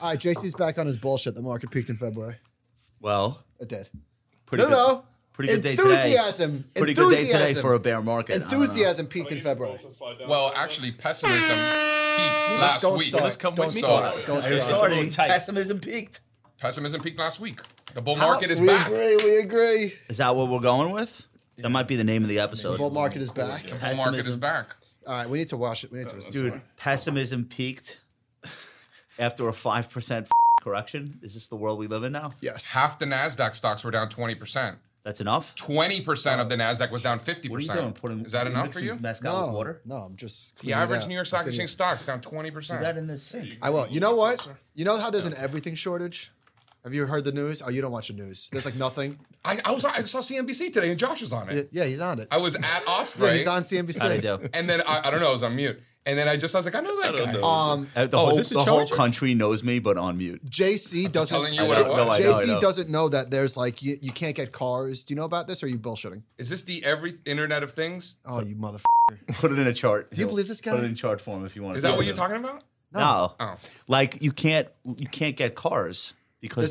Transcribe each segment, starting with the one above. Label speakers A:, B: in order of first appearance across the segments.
A: All right, JC's back on his bullshit. The market peaked in February.
B: Well,
A: It did.
B: pretty
A: no,
B: good,
A: no.
B: pretty good day today.
A: Enthusiasm.
B: Pretty good day today
A: Enthusiasm.
B: for a bear market. I don't know.
A: Enthusiasm peaked
C: Well,
A: in
C: you can
A: February.
C: also slide down.
D: Well, actually, pessimism peaked last
A: don't
D: week.
A: start.
E: come
A: don't
E: with me.
A: start.
D: Sorry.
A: Don't
B: I'm
A: start.
B: sorry,
E: Tight.
B: pessimism peaked.
D: Pessimism peaked last week. The bull market is
A: we
D: back.
A: agree. We agree.
B: Is that what we're going with? That might be the name of the
A: The
B: episode.
A: bull market is back.
D: The bull market is
B: Pessimism.
D: back.
A: All right, we need to wash it. We need to resist.
B: Dude, pessimism peaked after a 5% f- correction. Is this the world we live in now?
A: Yes.
D: Half the Nasdaq stocks were down twenty percent.
B: That's enough?
D: Twenty percent of the Nasdaq was down fifty
B: What are you
D: percent.
B: doing? Putting,
D: Is that enough for
B: mixing
D: you?
B: Mezcal
A: no,
B: with water?
A: Oh, no, I'm just
D: The
A: cleaning it
D: average
A: out.
D: New York Stock
A: I'm cleaning
D: Exchange
A: it.
D: stocks down twenty
B: Put that
D: percent.
B: in the sink.
A: I will. You know what? You know how there's an everything shortage. Have you heard the news? Oh, you don't watch the news. There's like nothing.
D: I, I was on- I saw CNBC today and Josh was on
A: Yeah,
D: it.
A: yeah, he's on it.
D: I was at Osprey.
A: Yeah, he's on CNBC.
B: How'd I do?
D: And then I, I don't know, I was on mute. And then I just I was like, I know that guy.
A: Um,
B: Uh, The,
E: Oh, is
B: whole,
E: this a
B: the whole
E: charger?
B: country knows me, but on mute.
A: JC doesn't.
D: telling you what it
B: I know, I know, I
A: JC
B: know.
A: doesn't know that there's like you, you can't get cars. Do you know about this? Or are you bullshitting?
D: Is this the every Internet of Things?
A: Oh, you motherfucker.
B: Put it in a chart. Do
A: you believe this
B: Put
A: guy?
B: it in chart form if you want.
D: Is that what you're talking about?
B: No.
D: Oh.
B: Like you can't you can't get cars because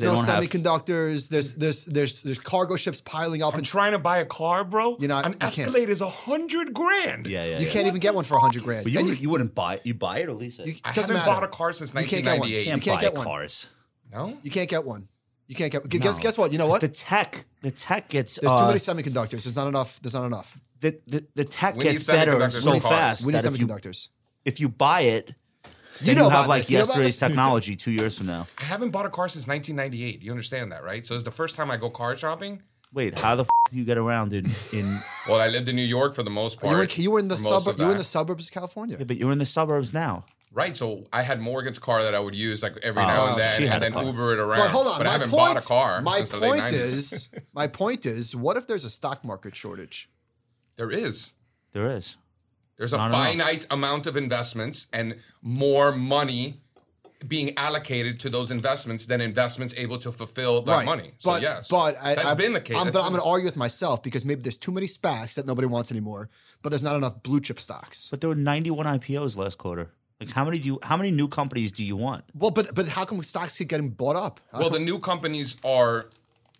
A: There's
B: they
A: no
B: don't have.
A: semiconductors. There's there's there's there's cargo ships piling up,
C: I'm
A: and
C: trying to buy a car, bro.
A: You're not-
C: An
A: you can't.
C: Escalade's a hundred grand.
B: Yeah, yeah.
A: you
B: yeah.
A: can't even get one for hundred grand.
B: But you,
A: And
B: would- you wouldn't buy it. You buy it or lease it.
A: you-
B: You
D: I
A: doesn't
D: haven't
A: matter.
D: bought a car since
A: You can't get one.
D: 1998.
A: You
B: can't,
A: can't
B: buy
A: get one.
B: cars.
D: no?
A: You can't get one. You can't get. Guess guess what? You know
B: 'Cause
A: what?
B: The tech, the tech gets
A: There's too
B: uh,
A: many semiconductors. There's not enough. There's not enough.
B: the, the, the tech
D: We need
B: gets better
D: semiconductors for
B: so
D: cars.
B: fast
A: We need
B: that if you,
A: semiconductors.
B: if you buy it,
A: you
B: then you,
A: know
B: have
A: about
B: like
A: this. You know about
B: yesterday's
A: this.
B: technology two years from now.
D: I haven't bought a car since 1998. You understand that, right? So it's the first time I go car shopping.
B: Wait, how the f- do you get around in in?
D: Well, I lived in New York for the most part.
A: You were, in- you were in the
D: for most
A: suburb.
D: of
A: You were in
D: that.
A: the suburbs of California.
B: yeah, but you're in the suburbs now.
D: right. So I had Morgan's car that I would use like every
B: Oh,
D: now
A: she
D: and then,
B: had a
D: and then
B: car.
D: Uber it around.
A: But hold on,
D: But I
A: my
D: haven't
A: point,
D: bought a car.
A: My
D: since the late
A: point
D: 90s.
A: is, my point is, what if there's a stock market shortage?
D: there is.
B: There is.
D: There's a
B: Not enough.
D: finite amount of investments and more money being allocated to those investments than investments able to fulfill that
A: right,
D: money. So
A: but
D: yes,
A: but I,
D: that's
A: I,
D: been the case.
A: I'm,
D: That's
A: but I'm
D: been-
A: going to argue with myself because maybe there's too many SPACs that nobody wants anymore, but there's not enough blue chip stocks.
B: But there were 91 IPOs last quarter. Like how many do you? How many new companies do you want?
A: well, but but how come stocks keep getting bought up? How
D: well,
A: come-
D: the new companies are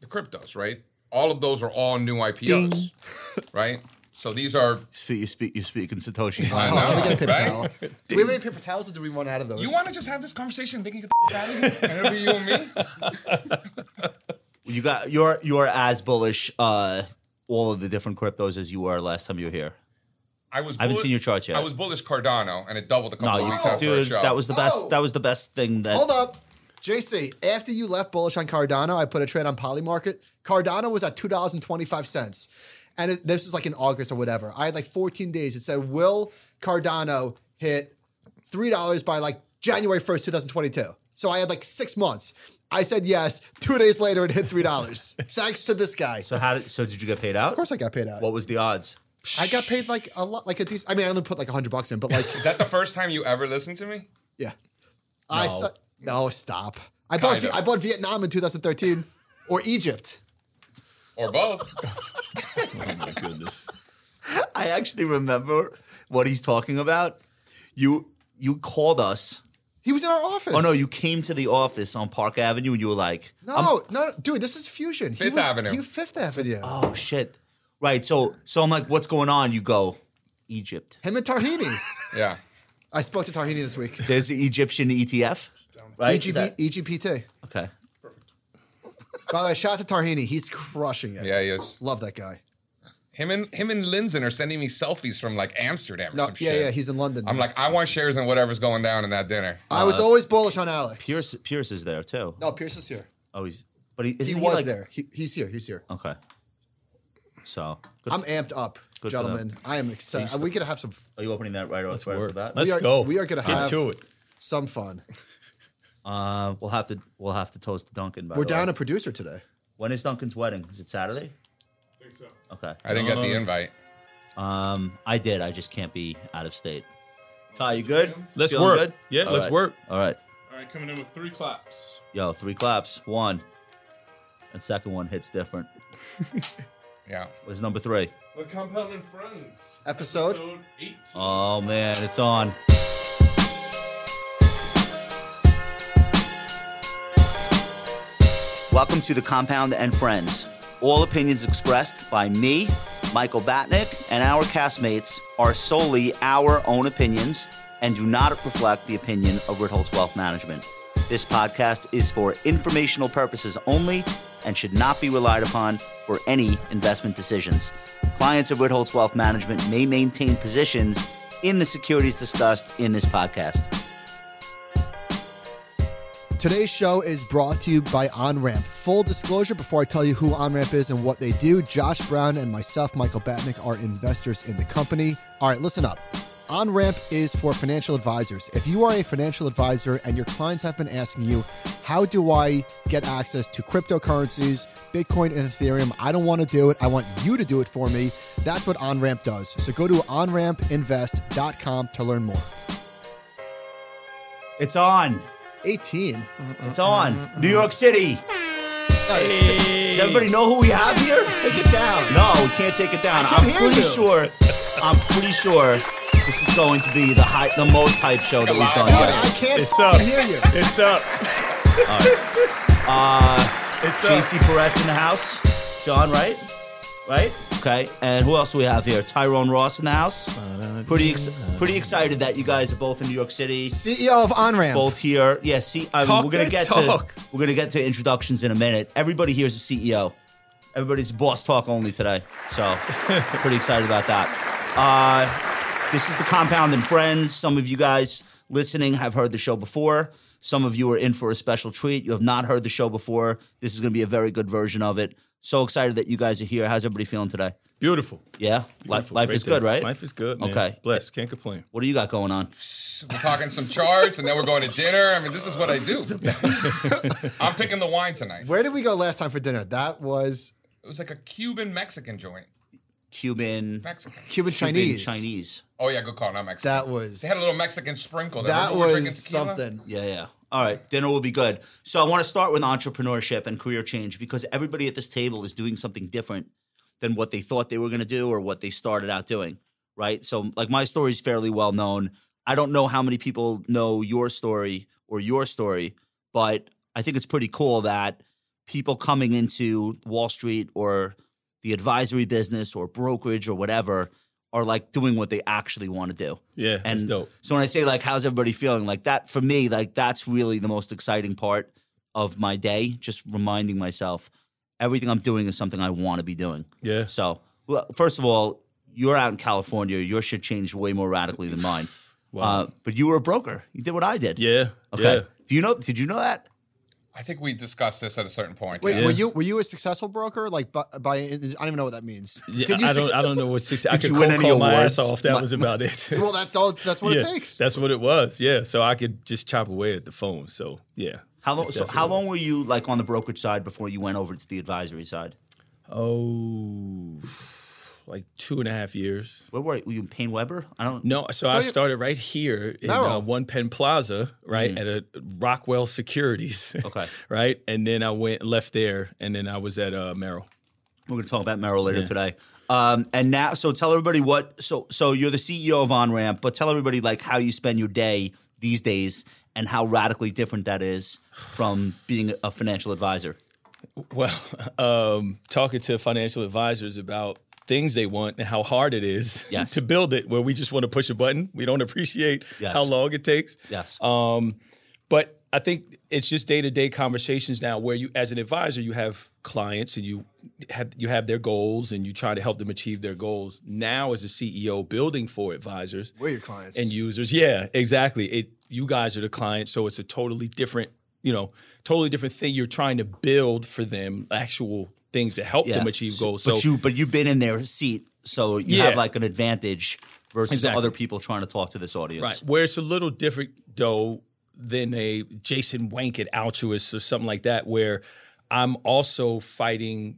D: the cryptos, right? All of those are all new IPOs, right? So these are.
B: Speak, you speak, you speak in Satoshi.
A: oh,
D: I
A: can we
D: know,
A: get a paper
D: right?
A: towel? Do we have any paper towels, or do we want out of those?
D: You want to just have this conversation? They can get the out of here. And it'll be you and me.
B: You got you're you're as bullish uh all of the different cryptos as you were last time you were here.
D: I was.
B: I haven't
D: bullish-
B: seen your charts yet.
D: I was bullish Cardano, and it doubled a
B: No,
D: couple of weeks
B: you,
D: after our
B: dude,
D: show.
B: that was the best.
A: Oh.
B: That was the best thing that.
A: Hold up. JC, after you left bullish on Cardano, I put a trade on Polymarket. Cardano was at $2.25. And it, this was like in August or whatever. I had like 14 days. It said, will Cardano hit $3 by like January 1st, 2022? So I had like six months. I said yes. Two days later, it hit $3. thanks to this guy.
B: So how did? So did you get paid out?
A: of course I got paid out.
B: What was the odds?
A: I got paid like a lot, like a decent, I mean, I only put like 100 bucks in, but like,
D: Is that the first time you ever listened to me?
A: Yeah. I
B: No.
A: su- no stop. I bought
D: Kinda.
A: I bought Vietnam in 2013 or Egypt.
D: Or both?
E: Oh my goodness.
B: I actually remember what he's talking about. You you called us.
A: He was in our office.
B: Oh no, you came to the office on Park Avenue and you were like,
A: No, no, dude, this is fusion. He
D: Fifth
A: was-
D: Avenue.
A: He, Fifth Avenue.
B: "Oh shit!" Right. So so I'm like, "What's going on?" You go, "Egypt."
A: Him and Tarhini.
D: Yeah.
A: I spoke to Tarhini this week. E
B: There's the Egyptian E ETF, right? Is
A: EGP,
B: that-
A: EGPT.
B: okay.
A: By the way, shout out to Tarhini. He's crushing it.
D: Yeah, he is.
A: Love that guy.
D: Him and him and Lindzen are sending me selfies from like Amsterdam or
A: No,
D: some
A: yeah,
D: shit.
A: yeah, he's in London.
D: I'm like, I want shares in whatever's going down in that dinner.
A: I was always bullish on Alex.
B: uh, Pierce Pierce is there too.
A: No, Pierce is here.
B: Oh, he's but he, isn't
A: He was
B: like-
A: there. He, he's here. He's here.
B: Okay. So good
A: I'm amped up,
B: Good for
A: gentlemen. I am excited. We're gonna have some
B: Are you opening that right off right off
E: Work.
B: the bat?
E: Let's
A: we are,
E: go.
A: We are gonna
E: Get
A: have
E: to it.
A: some fun.
B: Uh, we'll have to we'll have to toast to Duncan. By
A: We're
B: the way.
A: down a producer today.
B: When is Duncan's wedding? Is it Saturday?
C: I think so.
B: Okay.
D: I didn't get the invite.
B: Um, I did. I just can't be out of state. Ty, you good?
E: Let's
B: Feeling
E: work.
B: good?
E: Yeah,
B: All
E: let's
B: right.
E: work.
B: All right.
C: All right, coming in with three claps.
B: Yo, three claps. One. That second one hits different.
D: Yeah.
B: What's number three?
C: The Compound and Friends.
A: Episode?
C: Episode 18.
B: Oh man, it's on. Welcome to the Compound and Friends. All opinions expressed by me, Michael Batnick, and our castmates are solely our own opinions and do not reflect the opinion of Ritholtz Wealth Management. This podcast is for informational purposes only and should not be relied upon for any investment decisions. Clients of Ritholtz Wealth Management may maintain positions in the securities discussed in this podcast.
A: Today's show is brought to you by OnRamp. Full disclosure before I tell you who OnRamp is and what they do, Josh Brown and myself, Michael Batnick, are investors in the company. All right, listen up. OnRamp is for financial advisors. If you are a financial advisor and your clients have been asking you, how do I get access to cryptocurrencies, Bitcoin, and Ethereum? I don't want to do it. I want you to do it for me. That's what OnRamp does. So go to onrampinvest.com to learn more.
B: It's on.
A: 18.
B: It's on. New York City. Does everybody know who we have here?
A: Take it down.
B: No, we can't take it down.
A: I can
B: I'm
A: hear
B: pretty
A: you.
B: sure. I'm pretty sure this is going to be the high, the most hype show that we've done.
A: Dude,
B: yet.
A: I can't
E: It's up.
A: fucking hear you.
E: It's up.
B: Uh,
E: it's up.
B: JC Barrett's in the house. John, right? Right? Okay. And who else do we have here? Tyrone Ross in the house. Pretty ex- pretty excited that you guys are both in New York City.
A: CEO E of OnRamp.
B: Both here. Yeah, see I mean,
E: Talk
B: we're gonna
E: that
B: get
E: talk.
B: to we're gonna get to introductions in a minute. Everybody here's a CEO. Everybody's boss talk only today. So pretty excited about that. Uh, this is the compound and friends. Some of you guys listening have heard the show before. Some of you are in for a special treat. You have not heard the show before. This is gonna be a very good version of it. So excited that you guys are here. How's everybody feeling today?
E: Beautiful.
B: Yeah? Life,
E: Beautiful.
B: life
E: Great
B: is
E: day.
B: good, right?
E: Life is good. Man.
B: Okay.
E: Blessed. Can't complain.
B: what do you got going on?
D: We're talking some charts, and then we're going to dinner. I mean, this is what I do. I'm picking the wine tonight.
A: Where did we go last time for dinner? That was
D: It was like a Cuban Mexican joint.
B: Cuban
D: Mexican.
A: Cuban Chinese.
B: Cuban Chinese.
D: Oh yeah, good call. Not Mexican.
A: That was
D: they had a little Mexican sprinkle. They
A: that
D: were- we were drinking
A: was
D: tequila.
A: something.
B: Yeah, yeah. All right, dinner will be good. So I want to start with entrepreneurship and career change because everybody at this table is doing something different than what they thought they were going to do or what they started out doing, right? So like my story is fairly well known. I don't know how many people know your story or your story, but I think it's pretty cool that people coming into Wall Street or the advisory business or brokerage or whatever are like doing what they actually want to do.
E: Yeah.
B: And
E: it's dope.
B: so when I say like, how's everybody feeling? Like that for me, like that's really the most exciting part of my day. Just reminding myself everything I'm doing is something I want to be doing.
E: Yeah.
B: So well, first of all, you're out in California. Your shit changed way more radically than mine.
E: Wow.
B: Uh, but you were a broker. You did what I did.
E: yeah.
B: Okay.
E: Yeah.
B: Do you know? Did you know that?
D: I think we discussed this at a certain point.
A: Wait,
D: yeah.
A: were
E: Yeah.
A: you were you a successful broker? Like by, by I don't even know what that means.
E: Yeah,
A: Did you
E: I don't.
A: succe-
E: I don't know what six. I
B: Did
E: could
B: you win
E: cold
B: any
E: call my
B: awards?
E: ass off. That
B: My-
E: was about it.
A: well, that's all. That's what
E: yeah,
A: it takes.
E: That's what it was. Yeah. So I could just chop away at the phone. So yeah.
B: How long?
E: If
B: So
E: that's
B: how
E: what it
B: long were you like on the brokerage side before you went over to the advisory side?
E: Oh, like two and a half years.
B: Where were you? Were you in Payne Weber? I don't.
E: No, so I
A: you-
E: started right here in uh,
A: Merrill.
E: One Penn Plaza, right at a Rockwell Securities.
B: Mm-hmm. Okay.
E: right, and then I went left there, and then I was at uh, Merrill.
B: We're going to talk about Merrill later today. Um, and now, so tell everybody what. So, so you're the CEO of OnRamp, but tell everybody like how you spend your day these days and how radically different that is from being a financial advisor.
E: Well, um, talking to financial advisors about things they want and how hard it is
B: Yes.
E: to build it, where we just want to push a button. We don't appreciate
B: Yes.
E: how long it takes.
B: Yes.
E: Um, but I think it's just day to day conversations now where you, as an advisor, you have clients and you have you have their goals and you try to help them achieve their goals. Now, as a CEO, building for advisors
A: We're your clients.
E: and users, yeah, exactly. It you guys are the client, so it's a totally different, you know, totally different thing. You're trying to build for them actual things to help them achieve
B: So-
E: goals. So
B: but you, but you've been in their seat, so you
E: Yeah.
B: have like an advantage versus
E: Exactly.
B: other people trying to talk to this audience.
E: Right. Where it's a little different though than a Jason Wankett altruist or something like that, where I'm also fighting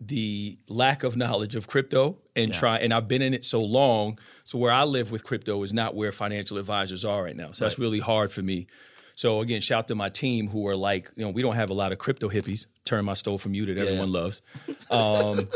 E: the lack of knowledge of crypto and try and I've been in it so long. So where I live with crypto is not where financial advisors are right now. So that's really hard for me. So again, shout to my team who are like, you know, we don't have a lot of crypto hippies. Term I stole from you that everyone loves. Um,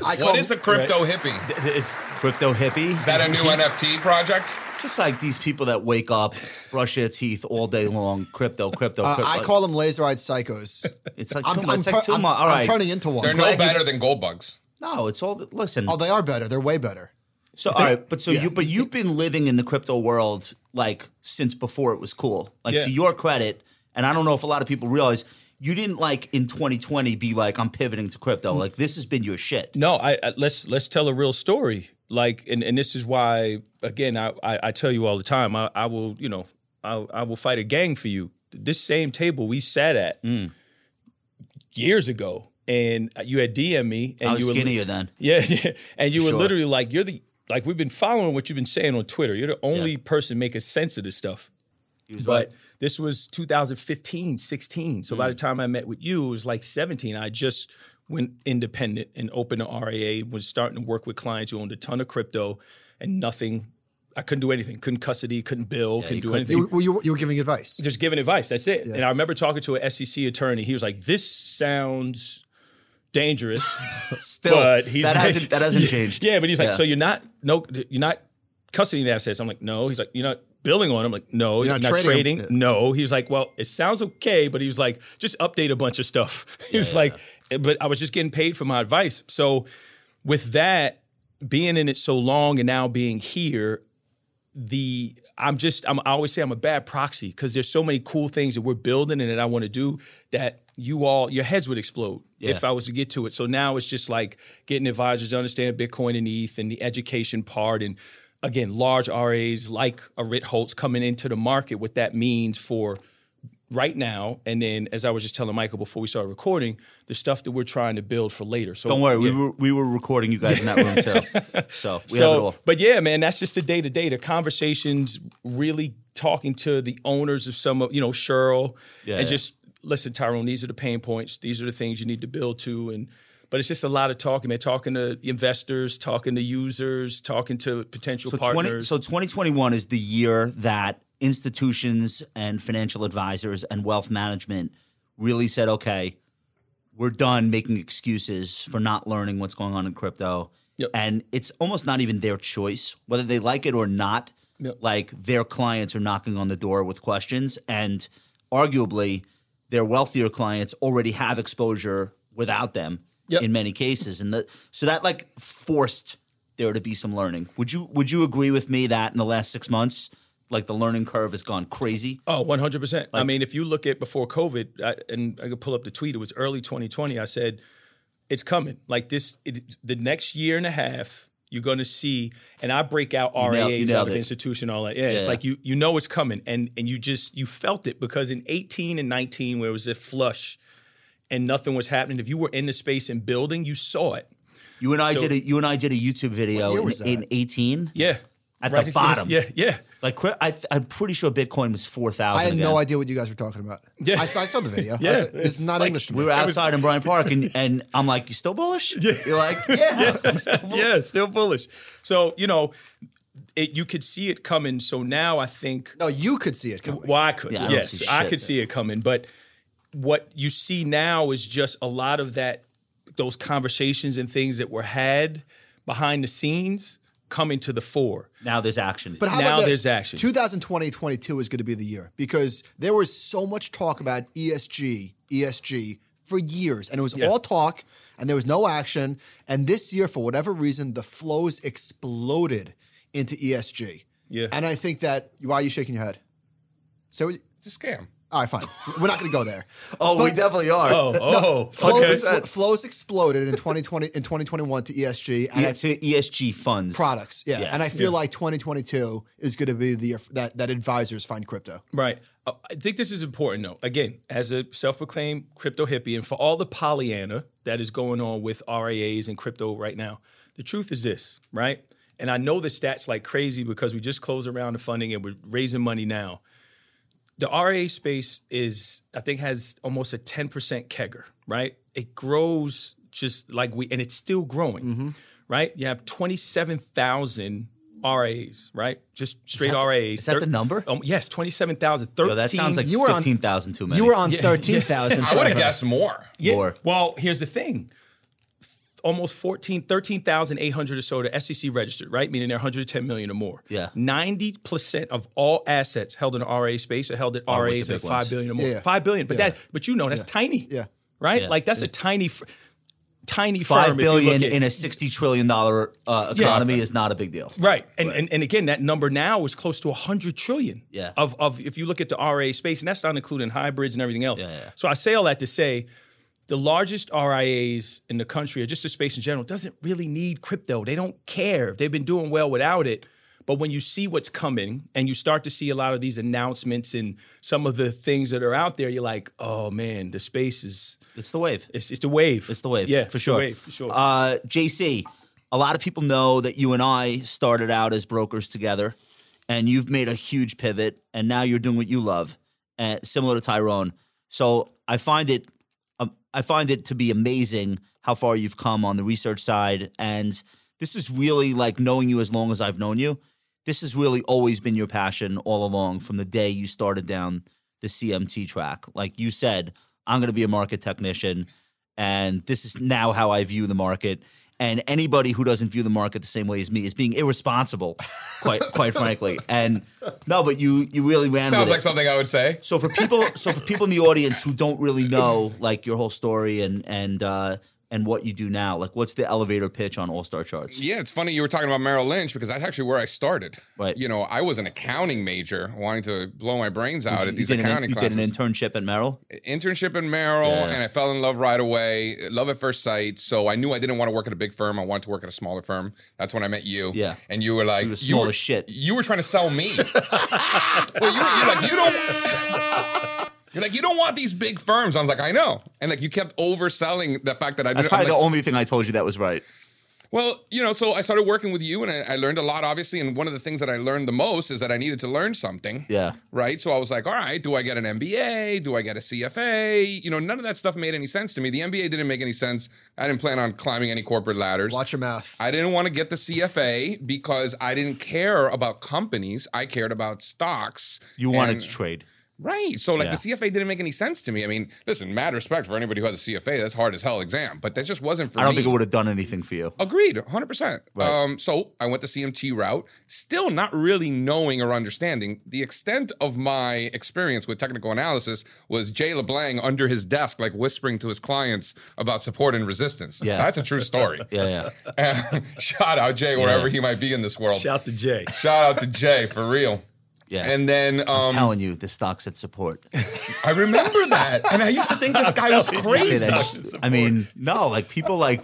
A: I call
D: What is a crypto hippie?
E: it's
B: Crypto hippie.
D: Is that a new NFT project?
B: Just like these people that wake up, brush their teeth all day long, crypto, crypto,
A: Uh,
B: crypto.
A: I call them laser eyed psychos.
B: it's like too
A: I'm,
B: much.
A: I'm
B: it's
A: tur-
B: like too
A: I'm-
B: much. All
A: I'm
B: right.
A: turning into
D: They're
A: one.
D: no
B: glad you-
D: better than gold bugs.
B: no, it's all. Listen.
A: Oh, they are better. They're way better.
B: so all right, but so you but you've been living in the crypto world like since before it was cool. Like
E: Yeah.
B: to your credit, and I don't know if a lot of people realize you didn't like in 2020 be like I'm pivoting to crypto. Like this has been your shit.
E: Mm. No, I, I let's let's tell a real story. Like, and, and this is why again I, I, I tell you all the time I, I will you know I, I will fight a gang for you. This same table we sat at
B: Hmm.
E: years ago, and you had DM me, and
B: I was
E: you were
B: skinnier then.
E: yeah, yeah. and you were
B: Sure.
E: literally like you're the like we've been following what you've been saying on Twitter. You're the only person making sense of this stuff.
B: He was
E: But this was 2015, 16. So by
B: Mm.
E: the time I met with you, it was like 17. I just went independent and opened an RAA, was starting to work with clients who owned a ton of crypto and nothing. I couldn't do anything. Couldn't custody, couldn't bill, couldn't
B: you
E: do
B: couldn't.
E: anything
A: You, were- you, were- you were giving advice.
E: just giving advice. That's it. And I remember talking to an SEC attorney. He was like, "This sounds dangerous."
B: Still,
E: but he's
B: that
E: like-
B: hasn't that hasn't changed.
E: yeah, but he's like,
B: Yeah.
E: "So you're not no, you're not custodying the assets." I'm like, "No." He's like, "You're not billing on." them?" I'm like, "No." You're,
A: not
E: not,
A: trading
E: trading.
A: them.
E: No. He's like, "Well, it sounds okay," but he was like, "Just update a bunch of stuff." he's like, "But I was just getting paid for my advice." So with that being in it so long and now being here the I'm just I'm I always say I'm a bad proxy because there's so many cool things that we're building and that I want to do that you all your heads would explode if I was to get to it. So now it's just like getting advisors to understand Bitcoin and ETH and the education part and again large RAs like a Ritholtz coming into the market what that means for right now and then as I was just telling Michael before we started recording the stuff that we're trying to build for later. So
B: Don't worry, we were we were recording you guys in that room too. So we have it all.
E: But yeah, man, that's just the day to day. The conversations, really talking to the owners of some of you know Cheryl,
B: Yeah,
E: and
B: yeah.
E: just listen, Tyrone. These are the pain points. These are the things you need to build to. And but it's just a lot of talking, man. Talking to investors, talking to users, talking to potential
B: So
E: partners.
B: so 2021 is the year that institutions and financial advisors and wealth management really said, okay, we're done making excuses for not learning what's going on in crypto.
E: Yep.
B: And it's almost not even their choice whether they like it or not.
E: Yep.
B: Like their clients are knocking on the door with questions, and arguably, their wealthier clients already have exposure without them
E: Yep.
B: in many cases, and the, so that like forced there to be some learning. Would you Would you agree with me that in the last six months, like the learning curve has gone crazy?
E: Oh, 100%. I mean, if you look at before COVID, I, and I could pull up the tweet, it was early 2020. I said, it's coming. Like this, it, the next year and a half, you're going to see, and I break out RAs
B: nailed- you
E: out
B: nailed
E: of
B: it.
E: institution, all that. Yeah, it's
B: Yeah.
E: like you you know it's coming, and and you just you felt it because in 18 and 19, where it was a flush, and nothing was happening. If you were in the space and building, you saw it.
B: You and I did a you and I did a YouTube video
A: year
B: in,
A: was that?
B: in eighteen.
E: Yeah,
B: At the bottom.
E: Yeah, yeah.
B: Like cri- I, th- I'm pretty sure Bitcoin was four thousand.
A: I had no idea what you guys were talking about.
E: Yeah.
A: I, saw, I saw the video.
E: Yeah,
A: I said, this is not
E: like,
A: English to me.
B: We were outside in Bryant Park, and, and I'm like, "You still bullish?" You're like, "Yeah, I'm still bullish."
E: yeah, still bullish. So you know, it, you could see it coming. So now I think
A: no, you could see it coming.
E: Well, I could.
B: Yeah, I don't
E: yes,
B: see
E: I
B: shit.
E: could see it coming. But what you see now is just a lot of that, those conversations and things that were had behind the scenes coming to the fore.
B: Now there's action.
A: But how
E: Now
A: about this?
E: there's action.
A: 2020 22 is going to be the year because there was so much talk about E ESG, ESG for years, and it was all talk and there was no action. And this year, for whatever reason, the flows exploded into ESG.
E: Yeah.
A: And I think that why are you shaking your head? So,
D: It's a scam.
A: all right, fine. We're not going to go there.
B: oh, we
A: but-
B: definitely are.
E: Oh, oh, okay.
A: Flows, flows exploded in 2020 in 2021 to ESG, and
B: Yeah,
A: I
B: to ESG funds
A: products. Yeah.
B: Yeah.
A: And I feel like 2022 is going to be the year f- that, that advisors find crypto.
E: Right. Uh, I think this is important, though. Again, as a self proclaimed crypto hippie, and for all the Pollyanna that is going on with RAs and crypto right now, the truth is this, right? And I know the stats like crazy because we just closed a round of funding and we're raising money now. The RA space is, I think, has almost a 10% kegger, E right? It grows just like we, and it's still growing,
B: Mm-hmm.
E: right? You have 27,000 RAs, right? Just straight RAs.
B: is that the number?
E: Um, yes, 27,000. 13.
B: Yo, that sounds like
A: You were on-
B: fifteen thousand too many.
A: You were on 13,000.
D: I would have
A: forever.
D: guessed more.
E: Yeah,
B: more.
E: Well, here's the thing almost 14, 13,800 or so to SEC registered, right? Meaning they're 110 million or more.
B: Yeah.
E: 90% of all assets held in RA space are held at
B: with
E: RAs
B: the
E: at
B: big
E: 5
B: ones.
E: billion or more.
A: Yeah, yeah.
E: 5 billion. But that but you know that's tiny.
A: Yeah.
E: Right?
B: Yeah.
E: Like that's a tiny fr- tiny
B: Five
E: firm if you look
B: billion
E: at-
B: in a sixty trillion dollar uh, economy is not a big deal.
E: Right. And, and and again, that number now is close to 100 trillion.
B: Yeah.
E: Of, of if you look at the RIA space, and that's not including hybrids and everything else.
B: Yeah, yeah.
E: So I say all that to say the largest RIAs in the country or just the space in general doesn't really need crypto. They don't care. They've been doing well without it. But when you see what's coming and you start to see a lot of these announcements and some of the things that are out there, you're like, oh man, the space is
B: It's the wave.
E: it's it's a wave.
B: It's the wave.
E: Yeah,
B: for
E: it's a
B: sure.
E: wave, for sure.
B: Uh, JC, a lot of people know that you and I started out as brokers together, and you've made a huge pivot, and now you're doing what you love, uh, similar to Tyrone. So I find it, um, I find it to be amazing how far you've come on the research side, and this is really like knowing you as long as I've known you. This has really always been your passion all along from the day you started down the CMT track. Like you said, I'm going to be a market technician and this is now how I view the market. And anybody who doesn't view the market the same way as me is being irresponsible, quite quite frankly. And no, but you you really ran
D: Sounds
B: with
D: like
B: it.
D: something I would say.
B: So for people, so for people in the audience who don't really know like your whole story and and uh, and what you do now, like what's the elevator pitch on All Star Charts?
D: Yeah, it's funny you were talking about Merrill Lynch because that's actually where I started.
B: Right.
D: You know, I was an accounting major, wanting to blow my brains out
B: You
D: at these
B: did an-
D: accounting
B: you did
D: classes.
B: an internship at Merrill.
D: Internship in Merrill,
B: Yeah.
D: and I fell in love right away. Love at first sight. So I knew I didn't want to work at a big firm. I wanted to work at a smaller firm. That's when I met you.
B: Yeah.
D: And you were like,
B: You were
D: you
B: small
D: were,
B: as shit.
D: you were trying to sell me. well, you, you're like, you don't. You're like, you don't want these big firms. I was like, I know. And like, you kept overselling the fact that I
B: That's
D: didn't. I'm
B: probably
D: like,
B: the only thing I told you that was right.
D: well, you know, so I started working with you and I, I learned a lot, obviously. And one of the things that I learned the most is that I needed to learn something.
B: Yeah.
D: Right. So I was like, all right, do I get an MBA? Do I get a CFA? You know, none of that stuff made any sense to me. The MBA didn't make any sense. I didn't plan on climbing any corporate ladders.
A: Watch your mouth.
D: I didn't want to get the CFA because I didn't care about companies. I cared about stocks.
B: You wanted
D: And-
B: to trade.
D: Right. So like
B: Yeah.
D: the CFA didn't make any sense to me. I mean, listen, mad respect for anybody who has a CFA. That's hard as hell exam, but that just wasn't for
B: I don't
D: me.
B: think it would have done anything for you.
D: Agreed, 100%.
B: Right.
D: Um, so I went the CMT route, still not really knowing or understanding. The extent of my experience with technical analysis was Jay LeBlanc under his desk, like whispering to his clients about support and resistance.
B: Yeah.
D: That's a true story.
B: Yeah, yeah.
D: And Shout out Jay, wherever he might be in this world. Shout,
E: Shout to Jay.
D: out to Jay, for real.
B: Yeah.
D: And then um,
B: telling you, the stocks at support.
D: I remember that. And I used to think this guy was
B: say
D: crazy.
B: that shit. I mean, no, like people like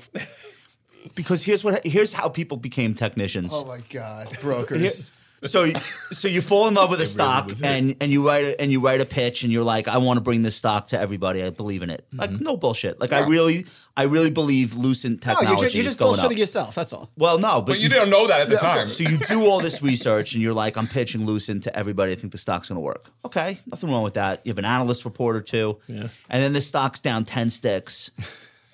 B: because here's what here's how people became technicians.
A: Oh my God, Oh, brokers.
B: So so you fall in love with a stock and and you write a, and you write a pitch and you're like I want to bring this stock to everybody. I believe in it. Like no bullshit. Like I really I really believe Lucent
A: No,
B: technology
A: you're just, you're
B: is
A: just
B: going
A: bullshitting
B: up.
A: yourself. That's all.
B: well, no, but,
D: But you didn't know that at the time.
B: So you do all this research and you're like, I'm pitching Lucent to everybody. I think the stock's going to work. Okay, nothing wrong with that. You have an analyst report or two, and then the stock's down ten sticks,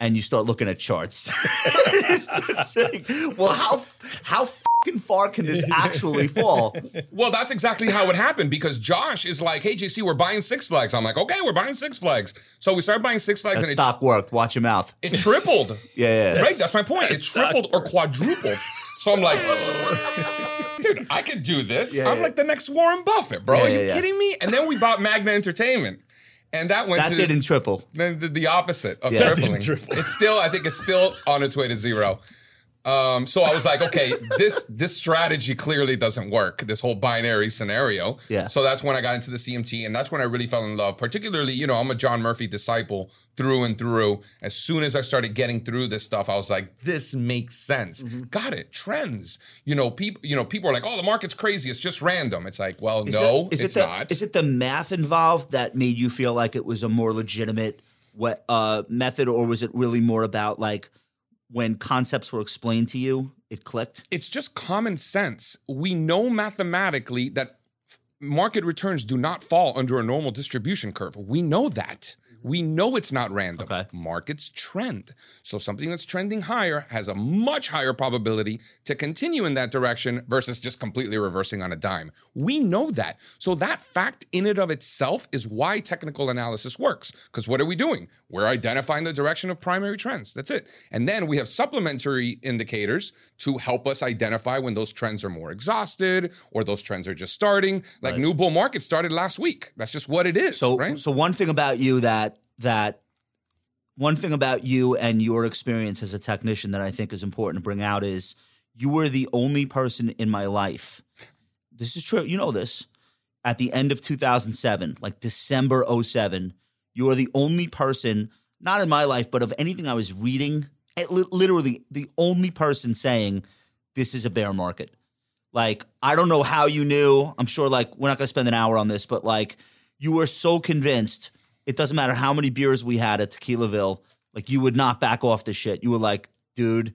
B: and you start looking at charts. You start saying, well, how how fucking far can this actually fall?
D: Well, that's exactly how it happened because Josh is like, "Hey, JC, we're buying Six Flags." I'm like, "Okay, we're buying Six Flags." So we started buying Six Flags,
B: That
D: and
B: stock worked. Watch your mouth.
D: it, it tripled.
B: Yeah, yeah.
D: right. That's my point. It tripled or quadrupled. So I'm like, dude, I could do this.
B: Yeah,
D: I'm
B: yeah.
D: like the next Warren Buffett, bro.
B: Yeah,
D: Are you
B: yeah, yeah.
D: kidding me? And then we bought Magna Entertainment, and that went
B: That
D: to
B: didn't triple.
D: the, the, the opposite of
B: Yeah. That
D: tripling.
E: didn't triple.
D: It's still, I think, it's still on its way to zero. Um, so I was like, okay, this this strategy clearly doesn't work. This whole binary scenario.
B: Yeah.
D: So that's when I got into the CMT, and that's when I really fell in love. Particularly, you know, I'm a John Murphy disciple through and through. As soon as I started getting through this stuff, I was like, this makes sense.
B: Mm-hmm.
D: Got it. Trends. You know, people. You know, people are like, oh, the market's crazy. It's just random. It's like, well, no,
B: it- is
D: it's
B: it the,
D: not.
B: Is it the math involved that made you feel like it was a more legitimate we- uh, method, or was it really more about like when concepts were explained to you, it clicked?
D: it's just common sense. We know mathematically that f- market returns do not fall under a normal distribution curve. We know that. We know it's not random.
B: Okay.
D: Markets trend. So something that's trending higher has a much higher probability to continue in that direction versus just completely reversing on a dime. We know that. So that fact in and of itself is why technical analysis works. Because what are we doing? We're identifying the direction of primary trends. That's it. And then we have supplementary indicators to help us identify when those trends are more exhausted or those trends are just starting. Like new bull market started last week. That's just what it is.
B: So,
D: right?
B: so one thing about you that that one thing about you and your experience as a technician that I think is important to bring out is you were the only person in my life. This is true. You know this. At the end of 2007, like December 07, you are the only person, not in my life, but of anything I was reading, it li- literally the only person saying this is a bear market. Like, I don't know how you knew. I'm sure, like, we're not going to spend an hour on this, but like, you were so convinced it doesn't matter how many beers we had at Tequilaville, like, you would not back off this shit. You were like, dude,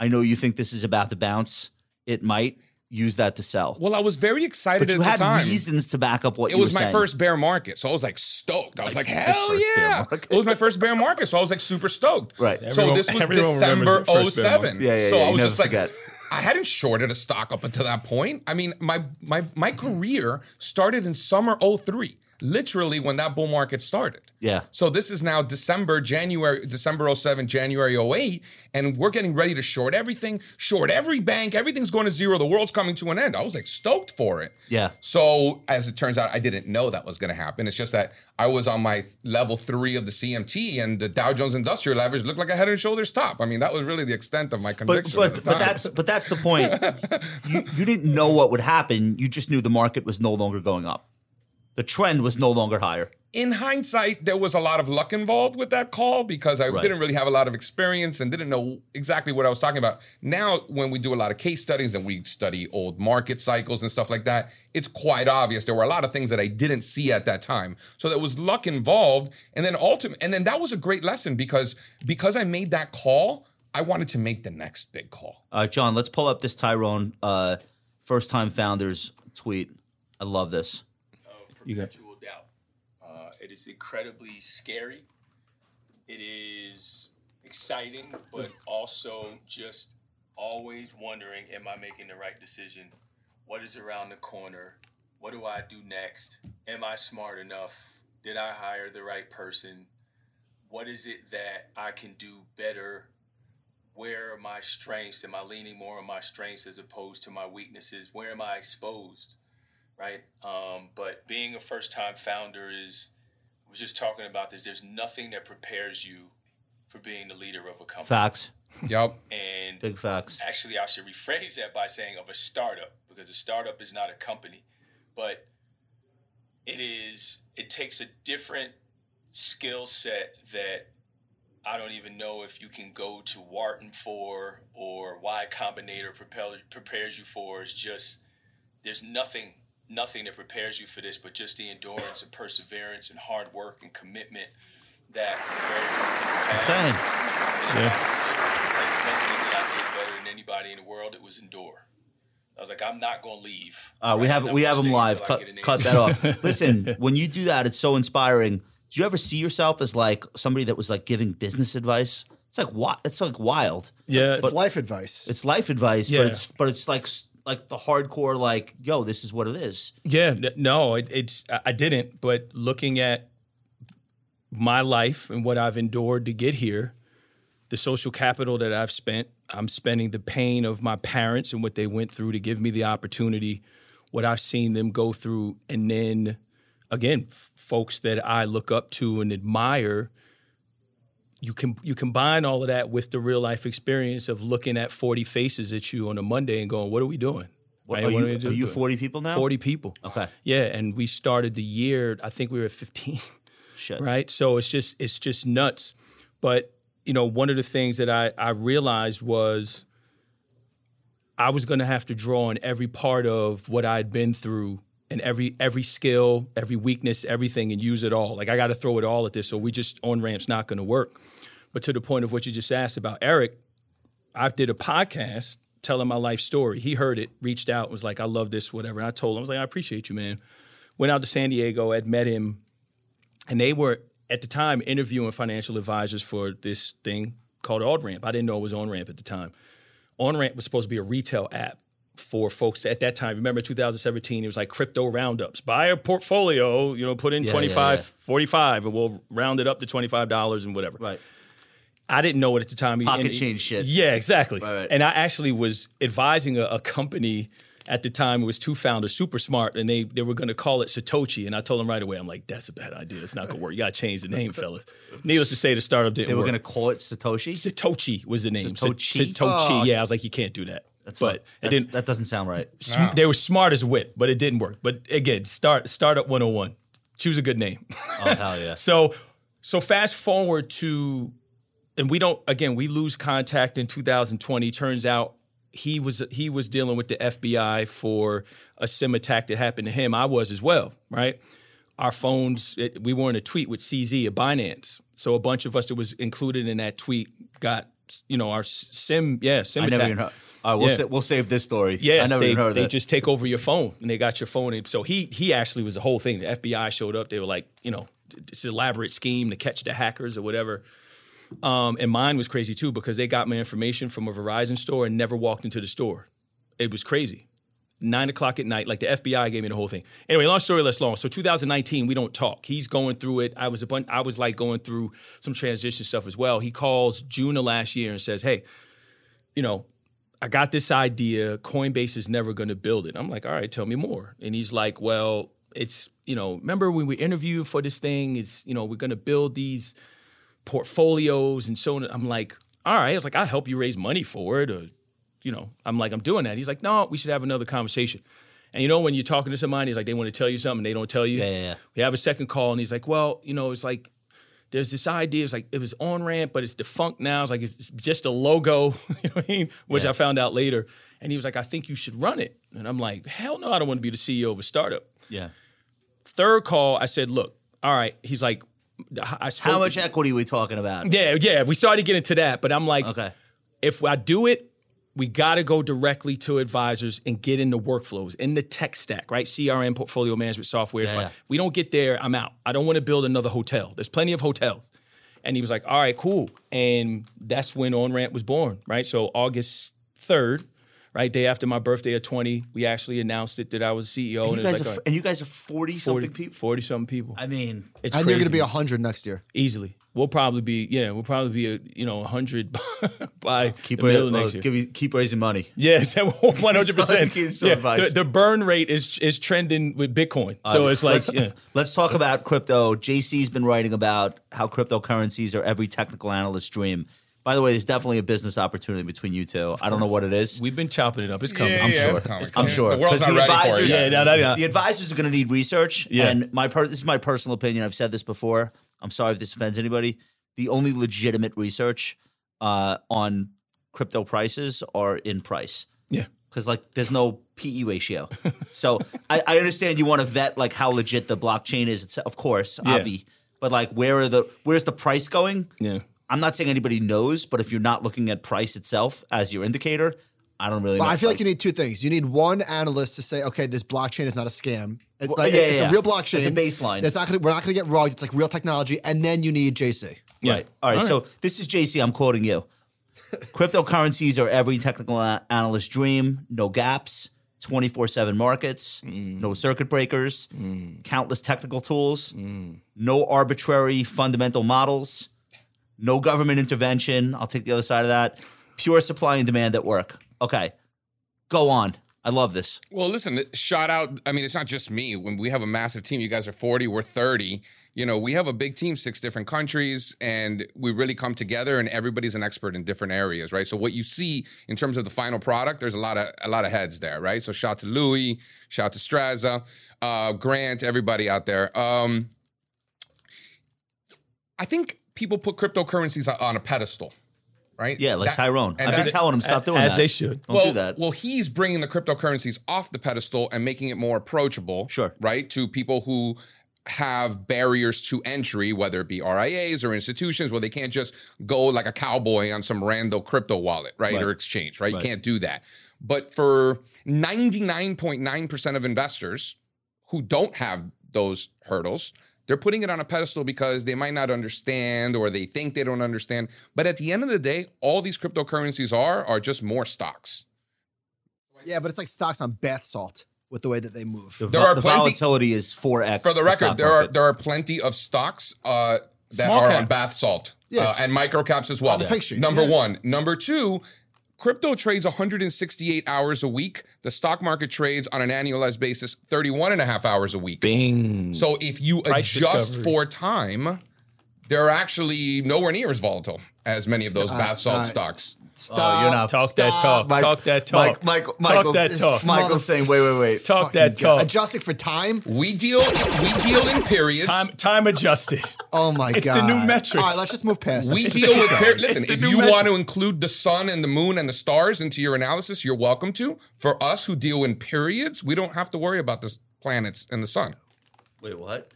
B: I know you think this is about to bounce. It might use that to sell.
D: Well, I was very excited
B: but you
D: at
B: had
D: the time.
B: reasons to back up what
D: it
B: you
D: was
B: were
D: my
B: saying.
D: first bear market, so I was like stoked. I was like, hell
B: first bear
D: yeah!
B: market.
D: It was my first bear market, so I was like super stoked.
B: Right.
D: so
E: Everyone-
D: this was
E: everyone remembers
D: December
E: the first bear
D: 07.
E: market.
B: Yeah, yeah,
D: so
B: yeah,
D: I
B: you
D: was
B: never
D: just like,
B: forget.
D: I hadn't shorted a stock up until that point. I mean, my my my career started in summer 03, literally when that bull market started.
B: Yeah.
D: So this is now December, January, December 07, January 08, and we're getting ready to short everything, short every bank, everything's going to zero, the world's coming to an end. I was like stoked for it.
B: Yeah.
D: So as it turns out, I didn't know that was going to happen. It's just that I was on my level three of the CMT, and the Dow Jones Industrial Average looked like a head and shoulders top. I mean, that was really the extent of my
B: But,
D: conviction.
B: but,
D: at the
B: but
D: time.
B: that's but that's the point. you, you didn't know what would happen. You just knew the market was no longer going up. The trend was no longer higher.
D: in hindsight, there was a lot of luck involved with that call because I
B: Right.
D: didn't really have a lot of experience and didn't know exactly what I was talking about. Now, when we do a lot of case studies and we study old market cycles and stuff like that, it's quite obvious there were a lot of things that I didn't see at that time. So there was luck involved, and then ultimate, and then that was a great lesson because because I made that call, I wanted to make the next big call.
B: All right, John, let's pull up this Tyrone uh, first time founders tweet. I love this.
C: of
E: You got-
C: perpetual doubt. Uh, it is incredibly scary. It is exciting, but also just always wondering: Am I making the right decision? What is around the corner? What do I do next? Am I smart enough? Did I hire the right person? What is it that I can do better? Where are my strengths? Am I leaning more on my strengths as opposed to my weaknesses? Where am I exposed? right? Um, but being a first time founder is, I was just talking about this, there's nothing that prepares you for being the leader of a company.
B: Facts,
D: Yep.
C: And
B: big facts.
C: actually, I should rephrase that by saying of a startup, because a startup is not a company, but it is, it takes a different skill set that I don't even know if you can go to Wharton for or Y Combinator prepel, prepares you for. It's just, there's nothing nothing that prepares you for this but just the endurance and perseverance and hard work and commitment that very few people have.
B: Saying.
C: It's nothing that I did better than anybody in the world. It was endure. I was like, I'm not gonna leave.
B: Uh, we
C: Right?
B: have
C: I'm
B: we
C: gonna
B: have them
C: stay
B: live.
C: until I
B: Cut,
C: get an
B: cut
C: answer.
B: that off. Listen, when you do that, it's so inspiring. Do you ever see yourself as like somebody that was like giving business advice? It's like what? It's like wild.
E: Yeah,
A: It's life advice.
B: It's life advice,
E: Yeah.
B: but it's but it's like s- like the hardcore. Like, yo, this is what it is.
E: Yeah, n- no, it, it's I I didn't. But looking at my life and what I've endured to get here, the social capital that I've spent, I'm spending the pain of my parents and what they went through to give me the opportunity, what I've seen them go through, and then again, f- folks that I look up to and admire. You can you combine all of that with the real life experience of looking at 40 faces at you on a Monday and going, "What are we doing?
B: What,
E: Right?
B: are
E: we
B: you,
E: do-
B: are you
E: doing?"
B: forty people now?
E: 40 people.
B: Okay.
E: Yeah, and we started the year. I think we were at fifteen,
B: Shit.
E: right? So it's just it's just nuts. But you know, one of the things that I I realized was I was going to have to draw on every part of what I had been through and every every skill, every weakness, everything, and use it all. Like I got to throw it all at this, or we just on ramps not going to work. But to the point of what you just asked about Eric, I did a podcast telling my life story. He heard it, reached out, was like, I love this, whatever. And I told him, I was like, I appreciate you, man. Went out to San Diego, had met him, and they were at the time interviewing financial advisors for this thing called OnRamp. I didn't know it was OnRamp at the time. OnRamp was supposed to be a retail app for folks at that time. Remember 2017, it was like crypto roundups. Buy a portfolio, you know, put in
B: Yeah, yeah,
E: 25,
B: yeah.
E: 45, and we'll round it up to $25 and whatever.
B: Right.
E: I didn't know it at the time.
B: Pocket
E: And-
B: change shit.
E: Yeah, exactly.
B: Right.
E: And I actually was advising a, a company at the time. It was two founders, super smart, and they they were going to call it Satoshi. And I told them right away, I'm like, that's a bad idea. It's not going to work. You got to change the name, fellas. Needless to say, the startup didn't
B: They were
E: work.
B: going to call it Satoshi.
E: Satoshi was the name. Sa-
B: Satoshi?
E: Satoshi.
A: Oh.
E: Yeah, I was like, you can't do that.
B: That's fu-
E: but it
B: that's-
E: didn't.
B: That doesn't sound right.
E: sm- They were smart as wit, but it didn't work. But again, start startup 101. Choose a good name.
B: Oh hell yeah.
E: So so fast forward to and we don't again we lose contact in 2020 turns out he was he was dealing with the FBI for a sim attack that happened to him I was as well right our phones it, we were in a tweet with CZ at Binance so a bunch of us that was included in that tweet got you know our sim yeah sim
B: I
E: attack
B: never even heard. All right, we'll
E: Yeah.
B: sa- we'll save this story.
E: yeah,
B: I never
E: they,
B: even heard of
E: they
B: that.
E: just take over your phone and they got your phone. And so he he actually was the whole thing. The FBI showed up. They were like, you know, this elaborate scheme to catch the hackers or whatever. Um, and mine was crazy too because they got my information from a Verizon store and never walked into the store. It was crazy. Nine o'clock at night, like the FBI gave me the whole thing. Anyway, long story less long. So 2019, we don't talk. He's going through it. I was a bunch. I was like going through some transition stuff as well. He calls June of last year and says, "Hey, you know, I got this idea. Coinbase is never going to build it. I'm like, all right, tell me more. And he's like, well, it's, you know, remember when we interviewed for this thing, it's, you know, we're going to build these portfolios and so on. I'm like, all right. I was like, I'll help you raise money for it. Or, you know, I'm like, I'm doing that. He's like, no, we should have another conversation. And you know, when you're talking to somebody, it's like, they want to tell you something, they don't tell you.
B: yeah, yeah, yeah.
E: We have a second call, and he's like, "Well, you know, it's like there's this idea. It's like it was on ramp, but it's defunct now. It's like it's just a logo, you know what I mean? Which I found out later. And he was like, "I think you should run it." And I'm like, "Hell no, I don't want to be the CEO of a startup."
B: yeah.
E: Third call, I said, "Look, all right." He's like, "I spoke
B: How much equity are we talking about?
E: Yeah, yeah. We started getting to that, but I'm like,
B: Okay.
E: if I do it, we got to go directly to advisors and get in the workflows, in the tech stack, right? CRM, portfolio management software. If I-
B: yeah.
E: we don't get there, I'm out. I don't want to build another hotel. There's plenty of hotels. And he was like, all right, cool. And that's when OnRamp was born, right? So August 3rd, right? Day after my birthday of 20, we actually announced it that I was CEO.
B: And
E: And,
B: you
E: it was
B: guys
E: like,
B: are
E: all
B: f-
E: right,
B: and you guys are forty something people.
E: 40 something people.
B: I mean,
E: It's
A: And you're going to
E: crazy
A: be 100 next year.
E: easily. We'll probably be yeah. We'll probably be a, you know hundred by
B: keep
E: the
B: ra-
E: middle of
B: uh,
E: next year.
B: give you- keep raising money.
E: yes, one hundred percent.
B: He's so
E: The,
B: advised.
E: the burn rate is is trending with Bitcoin, so it's like
B: Uh, let's,
E: yeah.
B: let's talk about crypto. JC's been writing about how cryptocurrencies are every technical analyst's dream. By the way, there's definitely a business opportunity between you two. I don't know what it is.
E: we've been chopping it up. It's
D: Yeah,
E: coming.
D: yeah,
E: I'm
D: yeah,
E: sure.
D: it's coming.
B: I'm sure.
D: The world's
B: 'Cause
D: not
B: the
D: ready for it.
B: advisors-
D: yet.
E: Yeah, no, no, no.
B: The advisors are going to need research.
E: Yeah.
B: And my per- this is my personal opinion. I've said this before. I'm sorry if this offends anybody. The only legitimate research uh, on crypto prices are in price.
E: Yeah.
B: Because like there's no PE ratio, so I, I understand you want to vet like how legit the blockchain is. It's, of course,
E: Yeah.
B: obvi, but like where are the where's the price going?
E: Yeah.
B: I'm not saying anybody knows, but if you're not looking at price itself as your indicator, I don't really.
A: Well,
B: know.
A: I feel like you need two things. You need one analyst to say, okay, this blockchain is not a scam. It-
B: Well,
A: like,
B: yeah,
A: it's
B: yeah,
A: a
B: yeah.
A: real blockchain.
B: It's a baseline.
A: That's not gonna, we're not going to get wrong. It's like real technology. And then you need JC.
E: Yeah.
B: Right. All right. So this is JC. I'm quoting you. Cryptocurrencies are every technical a- analyst dream. No gaps. 24 7 markets.
D: Mm.
B: No circuit breakers. Countless technical tools.
D: Mm.
B: No arbitrary fundamental models. No government intervention. I'll take the other side of that. Pure supply and demand at work. Okay. Go on. I love this.
D: Well, listen, shout out. I mean, it's not just me. When we have a massive team, you guys are 40, we're 30. You know, we have a big team, six different countries, and we really come together and everybody's an expert in different areas, right? So what you see in terms of the final product, there's a lot of a lot of heads there, right? So shout to Louis, shout to Straza, uh, Grant, everybody out there. Um, I think people put cryptocurrencies on a pedestal, right?
B: Yeah, like
D: That-
B: Tyrone.
D: and
B: I've been
D: that-
B: telling him stop doing
E: as
B: that.
E: they should.
B: Don't
D: well,
B: do that.
D: Well, he's bringing the cryptocurrencies off the pedestal and making it more approachable.
B: Sure.
D: Right? To people who have barriers to entry, whether it be RIAs or institutions, where they can't just go like a cowboy on some rando crypto wallet, right? Or exchange, right? You can't do that. But for 99.9% of investors who don't have those hurdles, They're putting it on a pedestal because they might not understand or they think they don't understand. But at the end of the day, all these cryptocurrencies are are just more stocks.
A: Yeah, but it's like stocks on bath salt with the way that they move.
B: The,
D: There
B: vo-
D: are
B: the
D: plenty-
B: volatility is four x.
D: For the record, there are there are plenty of stocks uh, that
E: Small
D: are on
E: caps.
D: bath salt
A: Yeah.
D: uh, and micro caps as well.
A: On the pink sheets.
D: Number
A: Yeah.
D: one, number two. Crypto trades 168 hours a week. The stock market trades on an annualized basis 31 and a half hours a week.
E: Bing.
D: So if you
E: Price
D: adjust
E: discovery.
D: for time, they're actually nowhere near as volatile as many of those bath salt
A: uh,
D: stocks.
A: Stop.
D: Oh,
B: not-
E: Talk that
A: stop,
E: talk.
A: Mike.
E: talk that talk.
B: Mike,
E: talk
B: Michael's,
E: that talk.
B: Michael's saying, wait, wait, wait.
E: talk that
A: Yeah,
E: talk.
A: Adjusting for time.
D: We deal we deal in periods.
E: time time adjusted.
A: Oh my
E: It's
A: god.
E: the new metric.
A: All right, let's just move past.
D: We
A: this.
D: deal with per- listen.
E: It's the
D: If
E: new
D: you
E: measure.
D: want to include the sun and the moon and the stars into your analysis, you're welcome to. For us who deal in periods, we don't have to worry about the s- planets and the sun.
B: Wait, what?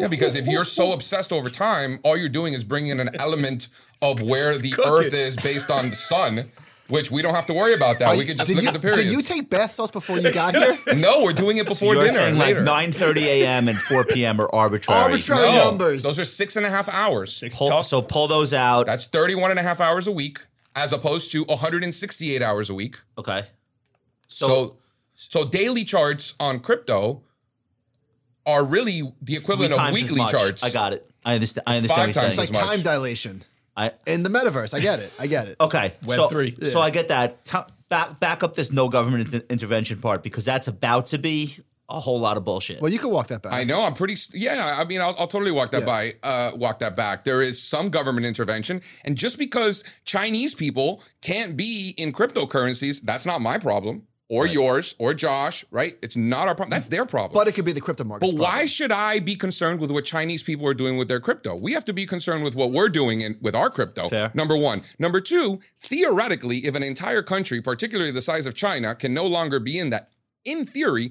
D: Yeah, because if you're so obsessed over time, all you're doing is bringing in an element of where the
E: cooking.
D: Earth is based on the sun, which we don't have to worry about that.
A: Are
D: We
A: you-
D: can just
A: did
D: look
A: you,
D: at the periods.
A: Did you take bath salts before you got here?
D: No, we're doing it before
B: You're
D: dinner.
B: saying like
D: later.
B: 9:30 a.m. and 4 p.m. are arbitrary.
A: Arbitrary.
D: No,
A: numbers.
D: Those are six and a half hours.
B: Pull,
E: Talk-
B: so pull those out.
D: That's 31 and a half hours a week, as opposed to 168 hours a week.
B: okay. So,
D: So, so daily charts on crypto are really the
B: three
D: equivalent of
B: times as
D: weekly
B: much.
D: charts.
B: I got it. I understand. I
D: five
B: understand what you're
D: times
A: It's
B: saying.
A: like
D: as much. Oh.
A: time dilation
B: I,
A: in the metaverse. I get it. I get it.
B: okay.
E: Web
B: so,
E: three.
B: So I get that. Ta- back back up this no government inter- intervention part because that's about to be a whole lot of bullshit.
A: Well, you can walk that back.
D: I know. I'm pretty. Yeah. I mean, I'll, I'll totally walk that
A: Yeah.
D: by. Uh, walk that back. There is some government intervention, and just because Chinese people can't be in cryptocurrencies, that's not my problem or yours or Josh. Right? It's not our problem. That's their problem.
A: but it could be the crypto market.
D: But why should I be concerned with what Chinese people are doing with their crypto? We have to be concerned with what we're doing in, with our crypto.
B: Fair.
D: Number one. Number two, theoretically, if an entire country, particularly the size of China, can no longer be in that, in theory,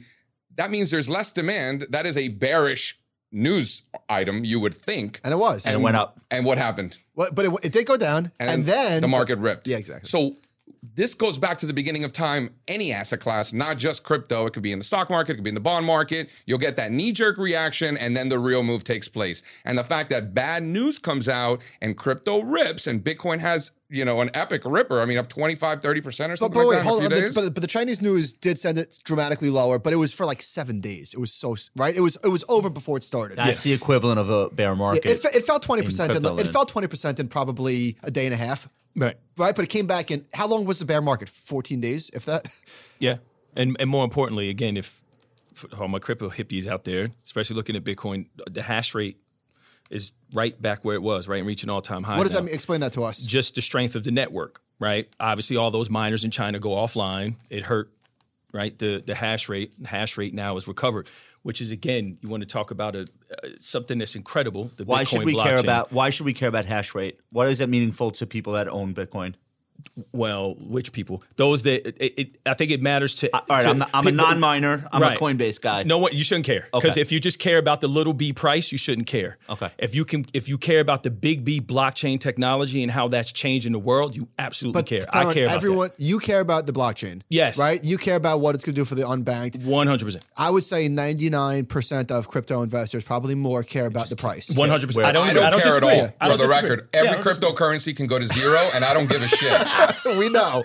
D: that means there's less demand. That is a bearish news item, you would think.
A: And it was.
B: and it went up.
D: And what happened?
A: Well, but it, it did go down, and, then
D: the market ripped.
A: Yeah, exactly.
D: So this goes back to the beginning of time. Any asset class, not just crypto, it could be in the stock market, it could be in the bond market. You'll get that knee jerk reaction, and then the real move takes place. And the fact that bad news comes out and crypto rips, and Bitcoin has you know an epic ripper. I mean, up 25, 30 percent or
A: But,
D: something
A: but
D: like
A: wait,
D: that. in a
A: hold on.
D: few
A: The-
D: days.
A: But, but the Chinese news did send it dramatically lower, but it was for like seven days. It was so right. It was it was over before it started.
B: That's the equivalent of a bear
A: Yeah,
B: market.
A: it, fe- it fell twenty percent.
B: In
A: In, the-
B: crypto
A: it fell twenty percent in probably a day and a half.
E: right.
A: Right, but it came back in. How long was the bear market? Fourteen days, if that.
E: Yeah, and and more importantly, again, if for all my crypto hippies out there, especially looking at Bitcoin, the hash rate is right back where it was, right, and reaching all time high.
A: What does
E: now.
A: that mean? Explain that to us.
E: Just the strength of the network, right? Obviously, all those miners in China go offline. It hurt, right? The the hash rate hash rate now is recovered, which is again, you want to talk about a uh, something that's incredible. The
B: why
E: Bitcoin
B: should we
E: blockchain.
B: care about why should we care about hash rate? Why is that meaningful to people that own Bitcoin?
E: well, which people? Those that it, it, I think it matters to.
B: All right,
E: to
B: I'm, not, I'm a
E: people-
B: non-miner. I'm
E: Right.
B: a Coinbase guy.
E: No one, you shouldn't care because
B: Okay.
E: if you just care about the little b price, you shouldn't care.
B: Okay.
E: If you can, if you care about the big b blockchain technology and how that's changing the world, you absolutely care. I
A: Darren,
E: care.
A: Everyone,
E: Everyone,
A: you care about the blockchain.
E: Yes.
A: Right. You care about what it's going to do for the unbanked.
E: one hundred percent,
A: I would say ninety nine percent of crypto investors probably more care about the price.
E: one hundred percent.
D: I don't, care at all.
E: I
D: For
E: don't
D: the
E: disagree.
D: record,
E: Yeah, I
D: every
E: don't disagree.
D: cryptocurrency can go to zero, and I don't give a shit.
A: we know.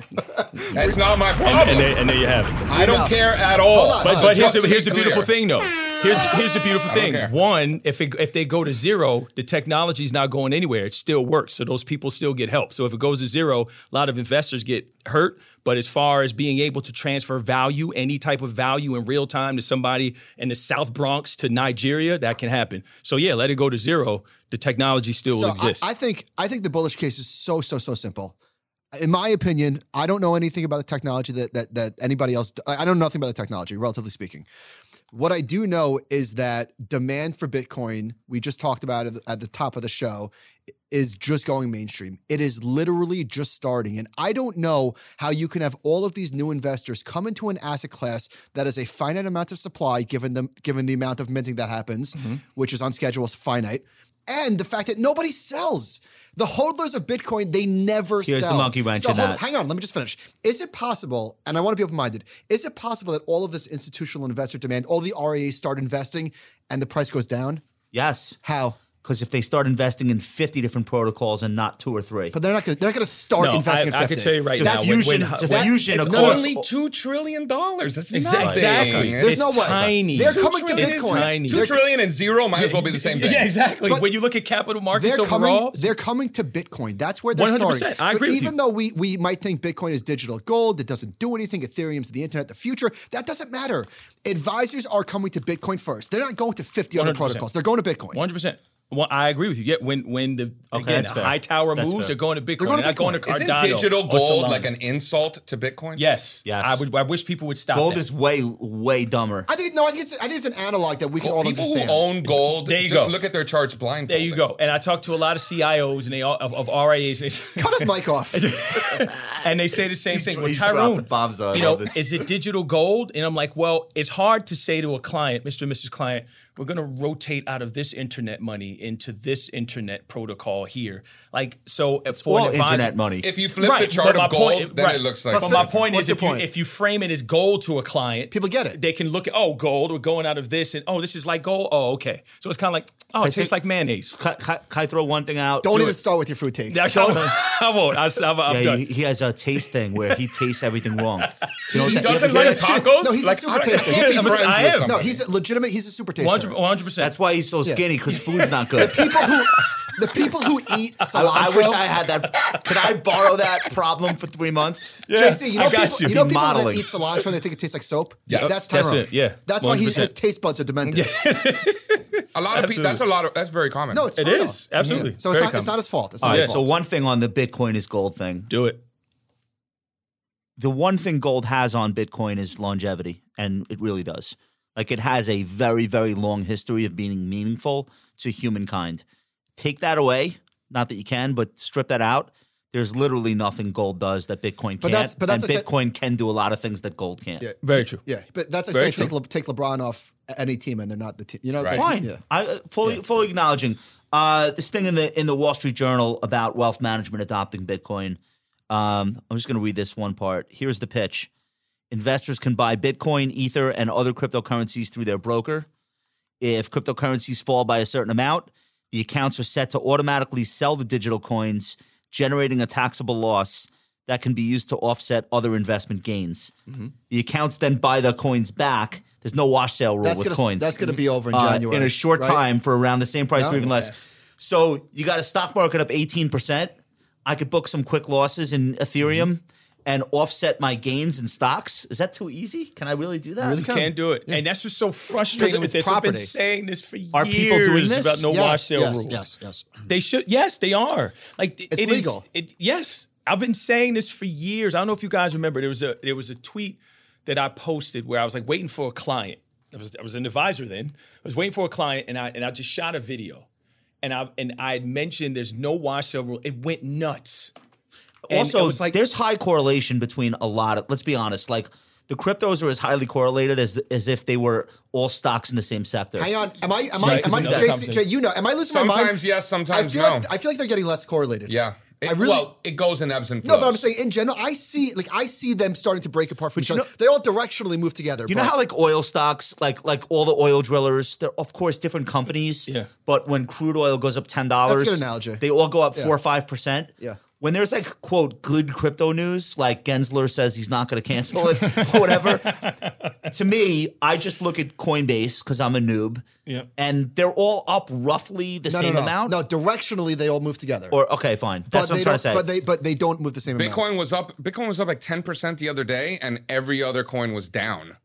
D: That's not my
E: And,
D: problem.
E: and, there, and there you have it.
D: I don't
A: No.
D: care at all.
A: on,
E: But,
A: Uh,
E: but here's,
D: just
E: the,
D: to
E: here's
D: be
E: the beautiful
D: clear,
E: thing, though. Here's here's the beautiful thing.
D: care.
E: One, if it, if they go to zero, the technology's not going anywhere. It still works, so those people still get help. So if it goes to zero, a lot of investors get hurt. But as far as being able to transfer value, any type of value in real time to somebody in the South Bronx to Nigeria, that can happen. So yeah, let it go to zero. The technology still will
A: so I,
E: exist.
A: I think I think the bullish case is so so so simple. In my opinion, I don't know anything about the technology that that that anybody else. I I know nothing about the technology, relatively speaking. What I do know is that demand for Bitcoin, we just talked about it at the top of the show, is just going mainstream. It is literally just starting. And I don't know how you can have all of these new investors come into an asset class that is a
B: Mm-hmm.
A: finite amount of supply, given the, given the amount of minting that happens, which is on schedule, is finite. and the fact that nobody sells. The hodlers of Bitcoin, they never
B: Here's the
A: sell.
B: monkey wrench
A: So
B: in
A: hold-
B: that.
A: hang on, let me just finish. Is it possible, and I want to be open minded, is it possible that all of this institutional investor demand, all the REAs start investing and the price goes down?
B: Yes,
A: How?
B: because if they start investing in 50 different protocols and not two or three,
A: But they're not going to. They're not going to start
E: No,
A: investing.
E: I-
A: in
E: I could
A: 50.
E: tell you right
B: So
E: now.
B: that's
E: when-
B: fusion-
E: when-
B: it's a
E: when-
B: fusion
E: it's
B: of
E: only-
B: course.
D: Only two trillion dollars. That's nothing.
E: Exactly.
D: It's
A: There's no
E: It's
A: way.
E: Tiny.
A: They're
E: Two
A: coming to
E: trillion is
A: Bitcoin.
E: tiny.
D: Two trillion and zero might as well be the same thing.
E: Yeah, exactly.
A: But-
E: when you look at capital markets
A: They're coming.
E: overall,
A: They're coming to Bitcoin. That's where they're
E: 100%.
A: starting.
E: I
A: so
E: agree with
A: even
E: you.
A: though we we might think Bitcoin is digital gold, it doesn't do anything. Ethereum's the internet, the future. That doesn't matter. Advisors are coming to Bitcoin first. They're not going to 50 other
E: 100%.
A: protocols. They're going to Bitcoin.
E: One hundred percent. Well, I agree with you. Yeah, when when the again
B: that's
E: the
B: fair.
E: high tower
B: That's
E: moves,
B: fair.
E: they're going to Bitcoin.
A: going to
E: They're not going to
A: Bitcoin.
E: Cardano.
D: Isn't digital
E: or
D: gold
E: Solana.
D: like an insult to Bitcoin?
E: yes?
B: Yes.
E: I would. I wish people would stop.
B: gold
E: that.
B: is way, way dumber.
A: I think no. I think it's I think it's an analog that we can
D: Well,
A: all
D: people
A: understand.
D: who own gold,
E: There you
D: just
E: go.
D: look at their charts blindfolded.
E: There you go. And I talked to a lot of CIOs and they all of, of RIAs,
A: Cut his mic off.
E: and they say the same thing. Well,
B: he's dropping
E: Tyrone,
B: bombs, though. I
E: you know,
B: love this.
E: is it digital gold? And I'm like, well, it's hard to say to a client, Mr. and Mrs. Client, we're going to rotate out of this internet money into this internet protocol here. Like, so if for
B: All
E: an advisor,
B: internet money.
D: If you flip the
E: Right,
D: chart
E: but my
D: of gold,
E: point-
D: then
E: right.
D: it looks like.
E: But my
D: Bitcoin.
E: point
A: What's
E: is,
A: your
E: if you,
A: point?
E: if you frame it as gold to a client,
A: People get it.
E: They can look at, oh, gold. We're going out of this, and oh, this is like gold. Oh, okay. So it's kind of like, oh, it tastes like mayonnaise.
B: Can, can- can I throw one thing out?
A: Don't
B: Do
A: even
B: it.
A: start with your food takes.
E: I
A: Don't-
E: won't. I won't. I, am I'm
B: Yeah,
E: done.
B: he, he has a taste thing where he tastes everything wrong. Do you know what
D: He
B: that-
D: doesn't like tacos.
A: No, he's a
D: like,
A: super
D: I don't-
A: taster.
D: I can't be
A: He's a-
D: friends
E: I
D: with
E: am. No,
A: no,
D: somebody.
A: he's a legitimate. He's a super taster.
E: 100 percent.
B: That's why he's so skinny because food's not good.
A: people who the people who eat
B: I,
A: cilantro.
B: I wish I had that. Could I borrow that problem for three months?
A: JC, you know
E: I got
A: people,
E: you.
A: know
B: Be
A: people that
B: modeling.
A: eat cilantro and they think it tastes like soap.
D: Yes.
A: that's
E: That's
A: Tyrone.
E: it, yeah.
A: that's why he,
E: 100%.
A: his taste buds are demented.
D: A lot of people. That's a lot of. That's very common.
A: No, it's
E: It
A: fine.
E: is absolutely.
A: So it's
E: Very
A: not, it's
E: common.
A: not his fault. It's
B: All
A: not
B: right.
A: his
B: So
A: fault.
B: one thing on the Bitcoin is gold thing.
E: Do it.
B: The one thing gold has on Bitcoin is longevity, and it really does. Like it has a very, very long history of being meaningful to humankind. Take that away. Not that you can, but strip that out. There's literally nothing gold does that Bitcoin can't.
A: But that's- but that's
B: and
A: a se-
B: Bitcoin can do a lot of things that gold can't.
A: Yeah.
E: Very true.
A: Yeah, but that's like
E: Very
A: saying take, Le, take LeBron off any team and they're not the team. You know,
D: Right.
A: like,
B: fine.
A: Yeah.
B: I uh, fully fully acknowledging uh, this thing in the in the Wall Street Journal about wealth management adopting Bitcoin. Um, I'm just going to read this one part. Here's the pitch: Investors can buy Bitcoin, Ether, and other cryptocurrencies through their broker. If cryptocurrencies fall by a certain amount, the accounts are set to automatically sell the digital coins, generating a taxable loss that can be used to offset other investment gains. The accounts then buy the coins back. There's no wash sale rule
A: That's
B: with
A: gonna
B: coins
A: that's gonna be over in
B: uh,
A: January
B: in a short
A: right?
B: time for around the same price
A: No.
B: or even less. So you got a stock market up 18%. I could book some quick losses in Ethereum
E: Mm-hmm.
B: and offset my gains in stocks. Is that too easy? Can I really do that?
A: really
E: You can't do it, and that's what's so frustrating
A: Because
E: with
A: it's
E: this. I've
A: property.
E: been saying this for
B: Are
E: years.
B: people doing this?
E: about no
A: Yes,
E: wash sale
A: yes,
E: rule?
A: yes, yes.
E: They should. Yes, they are. Like it's
A: legal.
E: it, yes, I've been saying this for years. I don't know if you guys remember. There was a there was a tweet that I posted where I was like waiting for a client. I was I was an advisor then. I was waiting for a client, and I and I just shot a video, and I and I had mentioned there's no wash sale rule. It went nuts. And
B: also
E: it was like-
B: there's high correlation between a lot of let's be honest like the cryptos are as highly correlated as as if they were all stocks in the same sector
A: Hang on. Am I? Am I?
E: Right.
A: Am I?
E: Another
A: JC,
E: company.
A: Jay, you know? Am I losing my mind?
D: Sometimes yes, sometimes
A: I feel
D: no.
A: Like, I feel like they're getting less correlated.
D: yeah. It,
A: I really-
D: well, it goes in ebbs and flows.
A: No, but I'm saying in general, I see like I see them starting to break apart from each
B: you
A: other.
B: know-
A: they all directionally move together.
B: you know
A: but-
B: how like oil stocks like like all the oil drillers they're of course different companies
E: Yeah.
B: but when crude oil goes up ten dollars
A: That's a good analogy.
B: they all go up
A: Yeah.
B: four or five percent
A: Yeah.
B: when there's like quote good crypto news like Gensler says he's not going to cancel it or whatever to me I just look at Coinbase because I'm a noob
E: Yeah.
B: and they're all up roughly the
A: no,
B: same
A: no, no.
B: amount
A: No, directionally they all move together.
B: or okay fine that's
A: but
B: what
A: they
B: I'm trying
A: don't.
B: to say
A: But they but they don't move the same amount.
D: Bitcoin was up. Bitcoin was up like ten percent the other day, and every other coin was down.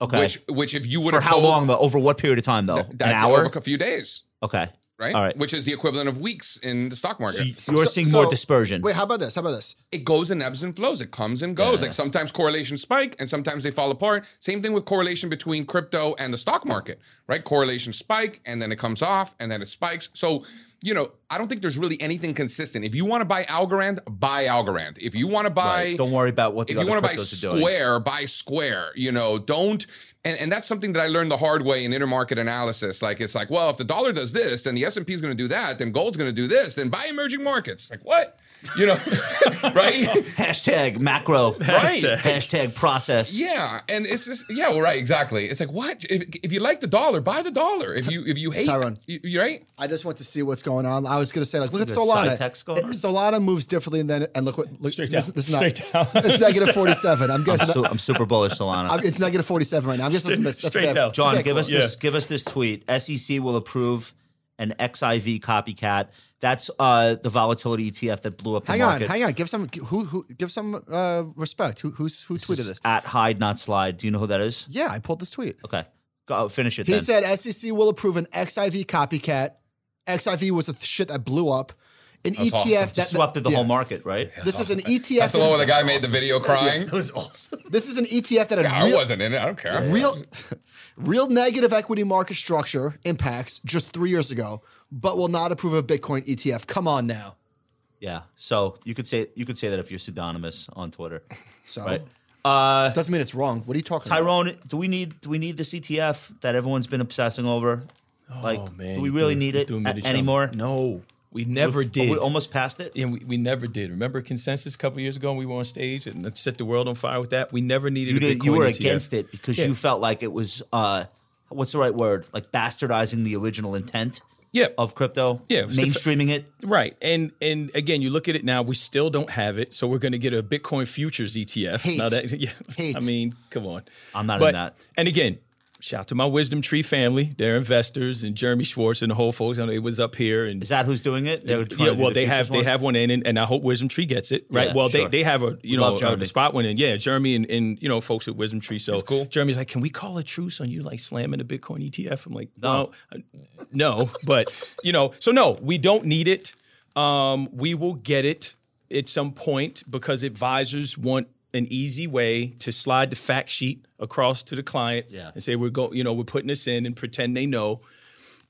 B: okay
D: Which, which, if you would
B: For
D: have
B: how
D: told
B: long though? Over what period of time though? An hour?
D: a few days,
B: Okay.
D: right?
B: All right.
D: Which is the equivalent of weeks in the stock market.
A: So-
B: You're seeing
A: so-
B: more dispersion.
A: Wait, how about this? How about this?
D: it goes in ebbs and flows. It comes and goes. Like sometimes correlations spike and sometimes they fall apart. Same thing with correlation between crypto and the stock market, right? Correlation spike and then it comes off and then it spikes. So you know, I don't think there's really anything consistent. If you want to buy Algorand, buy Algorand. If you want to buy
B: Right. Don't worry about what the
D: if you
B: other
D: want to buy
B: cryptos are doing.
D: square buy square you know don't and, and that's something that i learned the hard way in intermarket analysis like it's like well if the dollar does this then the s&p is going to do that then gold's going to do this then buy emerging markets like what you know right
B: Hashtag macro.
D: Right.
B: Hashtag process.
D: yeah and it's just yeah well, right exactly it's like what if, if you like the dollar buy the dollar if you if you hate
A: Tyrone.
D: you, you right
A: I just want to see what's going on. I was going to say, like, look at
B: There's side
A: Solana.
B: text going
A: It-
B: on?
A: Solana moves differently than, and look what, look,
E: Straight
A: this,
E: down.
A: this is not,
E: Straight down.
A: it's negative 47. I'm
B: I'm,
A: guessing,
B: su- I'm super bullish Solana.
A: I'm- it's negative 47 right now. I'm guessing that's a miss. That's
E: Straight
A: bad.
E: down.
A: It's a
B: John,
A: bad
B: give
A: call.
B: us this. Give us this tweet. SEC will approve an XIV copycat. That's uh, the volatility ETF that blew up the
A: Hang on,
B: market.
A: hang on. Give some, who, who, give some uh, respect. Who, who's, who tweeted this?
B: At hide not slide. Do you know who that is?
A: Yeah, I pulled this tweet.
B: Okay, go finish it.
A: He
B: then.
A: said SEC will approve an XIV copycat. XIV was the th- shit that blew up. An ETF
D: awesome.
A: that that-
B: disrupted the
A: yeah.
B: whole market, right?
A: This is an E ETF.
D: that's the one where the guy made the video crying
B: That was awesome.
A: This is an ETF that had
D: i
A: real,
D: wasn't in it i don't care
A: real, real negative equity market structure impacts just three years ago, but will not approve of Bitcoin ETF. Come on now.
B: Yeah. So you could say you could say that if you're pseudonymous on Twitter,
A: So
B: right? Uh,
A: doesn't mean it's wrong. What are you talking about?
B: Tyrone, do we need do we need this ETF that everyone's been obsessing over? Like,
E: Oh, man,
B: do we
E: you
B: really
E: threw-
B: need
E: you
B: it
E: threw me to
B: a-
E: jump.
B: anymore?
E: No, we never did.
B: Oh, we almost passed it.
E: and we, we never did. Remember consensus a couple years ago when we were on stage and set the world on fire with that? We never needed
B: you
E: a
B: did
E: Bitcoin E
B: you were
E: ETF.
B: against it because
E: Yeah.
B: you felt like it was uh what's the right word like bastardizing the original intent
E: Yeah.
B: of crypto
E: Yeah, it was def-
B: mainstreaming it
E: Right. And and again, you look at it now, we still don't have it. So we're going to get a Bitcoin futures ETF.
A: Hate.
E: Now that, yeah,
A: Hate.
E: I mean, come on.
B: I'm not in
E: but,
B: that.
E: And again, shout out to my Wisdom Tree family, their investors, and Jeremy Schwartz and the whole folks. I know it was up here. And
B: is that who's doing it they were trying
E: yeah,
B: to do
E: well,
B: the
E: they have
B: futures one?
E: they have one in, and, and I hope Wisdom Tree gets it right.
B: Yeah,
E: well,
B: sure.
E: they they have a you know
B: love Jeremy.
E: a spot one in. Yeah, Jeremy and, and you know folks at Wisdom Tree. So
D: cool.
E: Jeremy's like, can we call a truce on you like slamming a Bitcoin ETF? I'm like, no, no, but you know, so no, we don't need it. Um, we will get it at some point because advisors want an easy way to slide the fact sheet across to the client
B: Yeah.
E: and say we're go, you know, we're putting this in and pretend they know.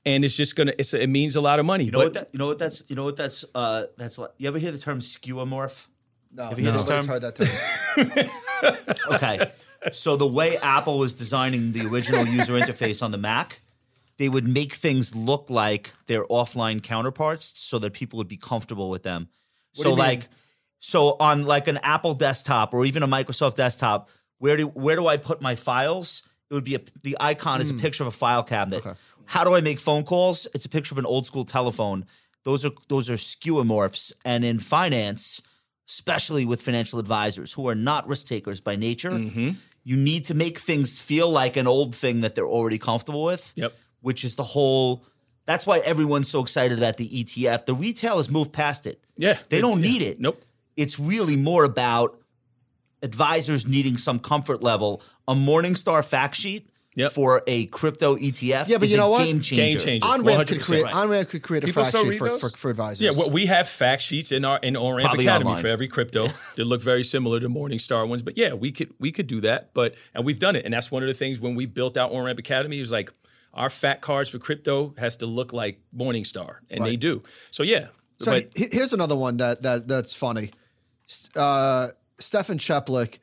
E: And it's just gonna. It's, it means a lot of money.
B: you know what that, you know what that's you know what that's uh that's like you ever hear the term skeuomorph
A: No,
B: you heard this
A: nobody's heard
B: term?
A: that term.
B: okay so the way apple was designing the original user interface on the mac they would make things look like their offline counterparts so that people would be comfortable with them so
A: do you mean?
B: like so on like an apple desktop or even a microsoft desktop where do where do i put my files it would be a, the icon
A: Hmm.
B: is a picture of a file cabinet how do i make phone calls it's a picture of an old school telephone those are those are skeuomorphs and in finance especially with financial advisors who are not risk takers by nature
E: Mm-hmm.
B: you need to make things feel like an old thing that they're already comfortable with
E: Yep.
B: which is the whole that's why everyone's so excited about the ETF. The retail has moved past it.
E: Yeah.
B: They don't
E: Yeah.
B: need it.
E: Nope.
B: It's really more about advisors needing some comfort level. A Morningstar fact sheet
E: Yep.
B: for a crypto ETF
A: Yeah, but
B: is
A: you
B: a
A: know what?
B: game changer.
E: Game changer.
A: OnRamp could
E: 100%
A: create
E: right.
A: OnRamp could create a
D: People
A: fact
D: still
A: sheet
D: read
A: for,
D: those?
A: for, for advisors.
E: Yeah, well, we have fact sheets in our in Oramp
B: Probably
E: Academy
B: online.
E: for every crypto that look very similar to Morningstar ones. But yeah, we could we could do that. But and we've done it, and that's one of the things when we built out Oramp Academy it was like our fact cards for crypto has to look like Morningstar, and they do. So yeah,
A: So
E: but
A: he- here's another one that that that's funny. S- Uh, Stefan Cheplik,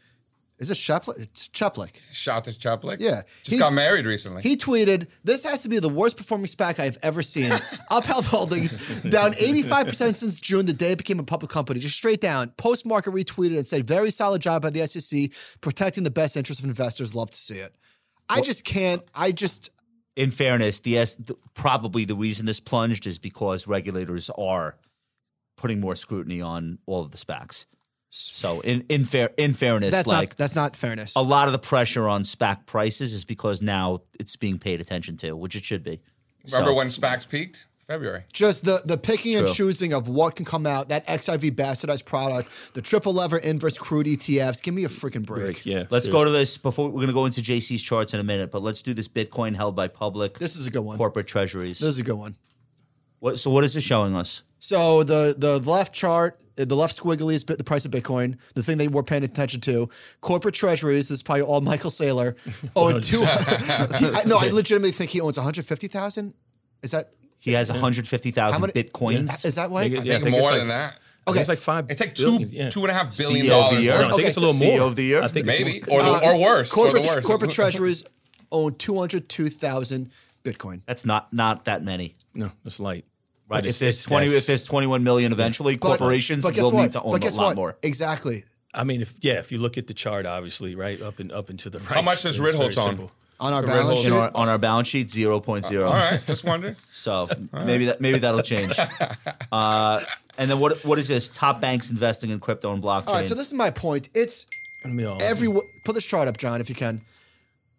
A: is it Cheplik? It's Cheplik.
D: shot to chaplik
A: Yeah.
D: just
A: He-
D: got married recently
A: He tweeted, "This has to be the worst performing SPAC I've ever seen. Upheld Holdings down 85 percent since June, the day it became a public company, just straight down." Post market retweeted and said, "Very solid job by the SEC protecting the best interests of investors. Love to see it." I just can't. I just
B: in fairness, the S, th- probably the reason this plunged is because regulators are putting more scrutiny on all of the SPACs. So in in fair in fairness,
A: that's
B: like
A: not that's not fairness.
B: a lot of the pressure on SPAC prices is because now it's being paid attention to, which it should be.
D: remember
B: So-
D: when spacs peaked february
A: just the the picking and
B: True.
A: choosing of what can come out that XIV bastardized product, the triple lever inverse crude ETFs. Give me a freaking break.
E: yeah,
B: Let's go to this before we're going to go into JC's charts in a minute, but let's do this Bitcoin held by public
A: This is a good one.
B: corporate treasuries.
A: This is a good one.
B: what, so what is this showing us?
A: So the the left chart, uh, the left squiggly is bit- the price of Bitcoin. The thing they were paying attention to, corporate treasuries. This is probably all Michael Saylor. Oh, two. I, no, I legitimately think he owns one hundred fifty thousand. Is that?
B: He has 150,000
A: many-
B: bitcoins.
A: Is that like?
E: Nigga,
D: I think
E: I think
D: more
E: it's
D: than that.
A: Okay.
E: It's like five.
D: It's like two,
E: billion, yeah. E
D: two and a half billion
B: CEO of the
D: dollars.
B: year?
E: No, I
D: worth.
E: think
A: Okay,
E: it's a little
B: so
E: more.
B: CEO of the year?
E: I think it's
D: Maybe
E: more.
D: or the,
A: Uh,
D: or worse.
A: Corporate,
D: or the worse.
A: corporate treasuries own 202,000 Bitcoin.
B: That's not not that many.
E: No, it's light.
B: Right.
E: But
B: If
E: it's-
B: there's
E: it's-
B: 20
E: that's-
B: if there's 21 million eventually,
A: But-
B: corporations
A: but guess
B: will
A: what?
B: need to own
A: but
B: a
A: guess
B: lot
A: what?
B: more.
A: Exactly.
E: I mean, if yeah, if you look at the chart, obviously, right up and up and to the right.
D: much does
E: it's very
D: Ritholtz own?
E: simple.
A: On our
D: The
A: balance sheet.
D: Red
B: In our, on our balance sheet, 0.0.
D: All right, just wondering.
B: So maybe that maybe that'll change. uh, and then what what is this? Top banks investing in crypto and blockchain.
A: All right, so this is my point. It's
E: I mean, all-
A: every put this chart up, John, if you can.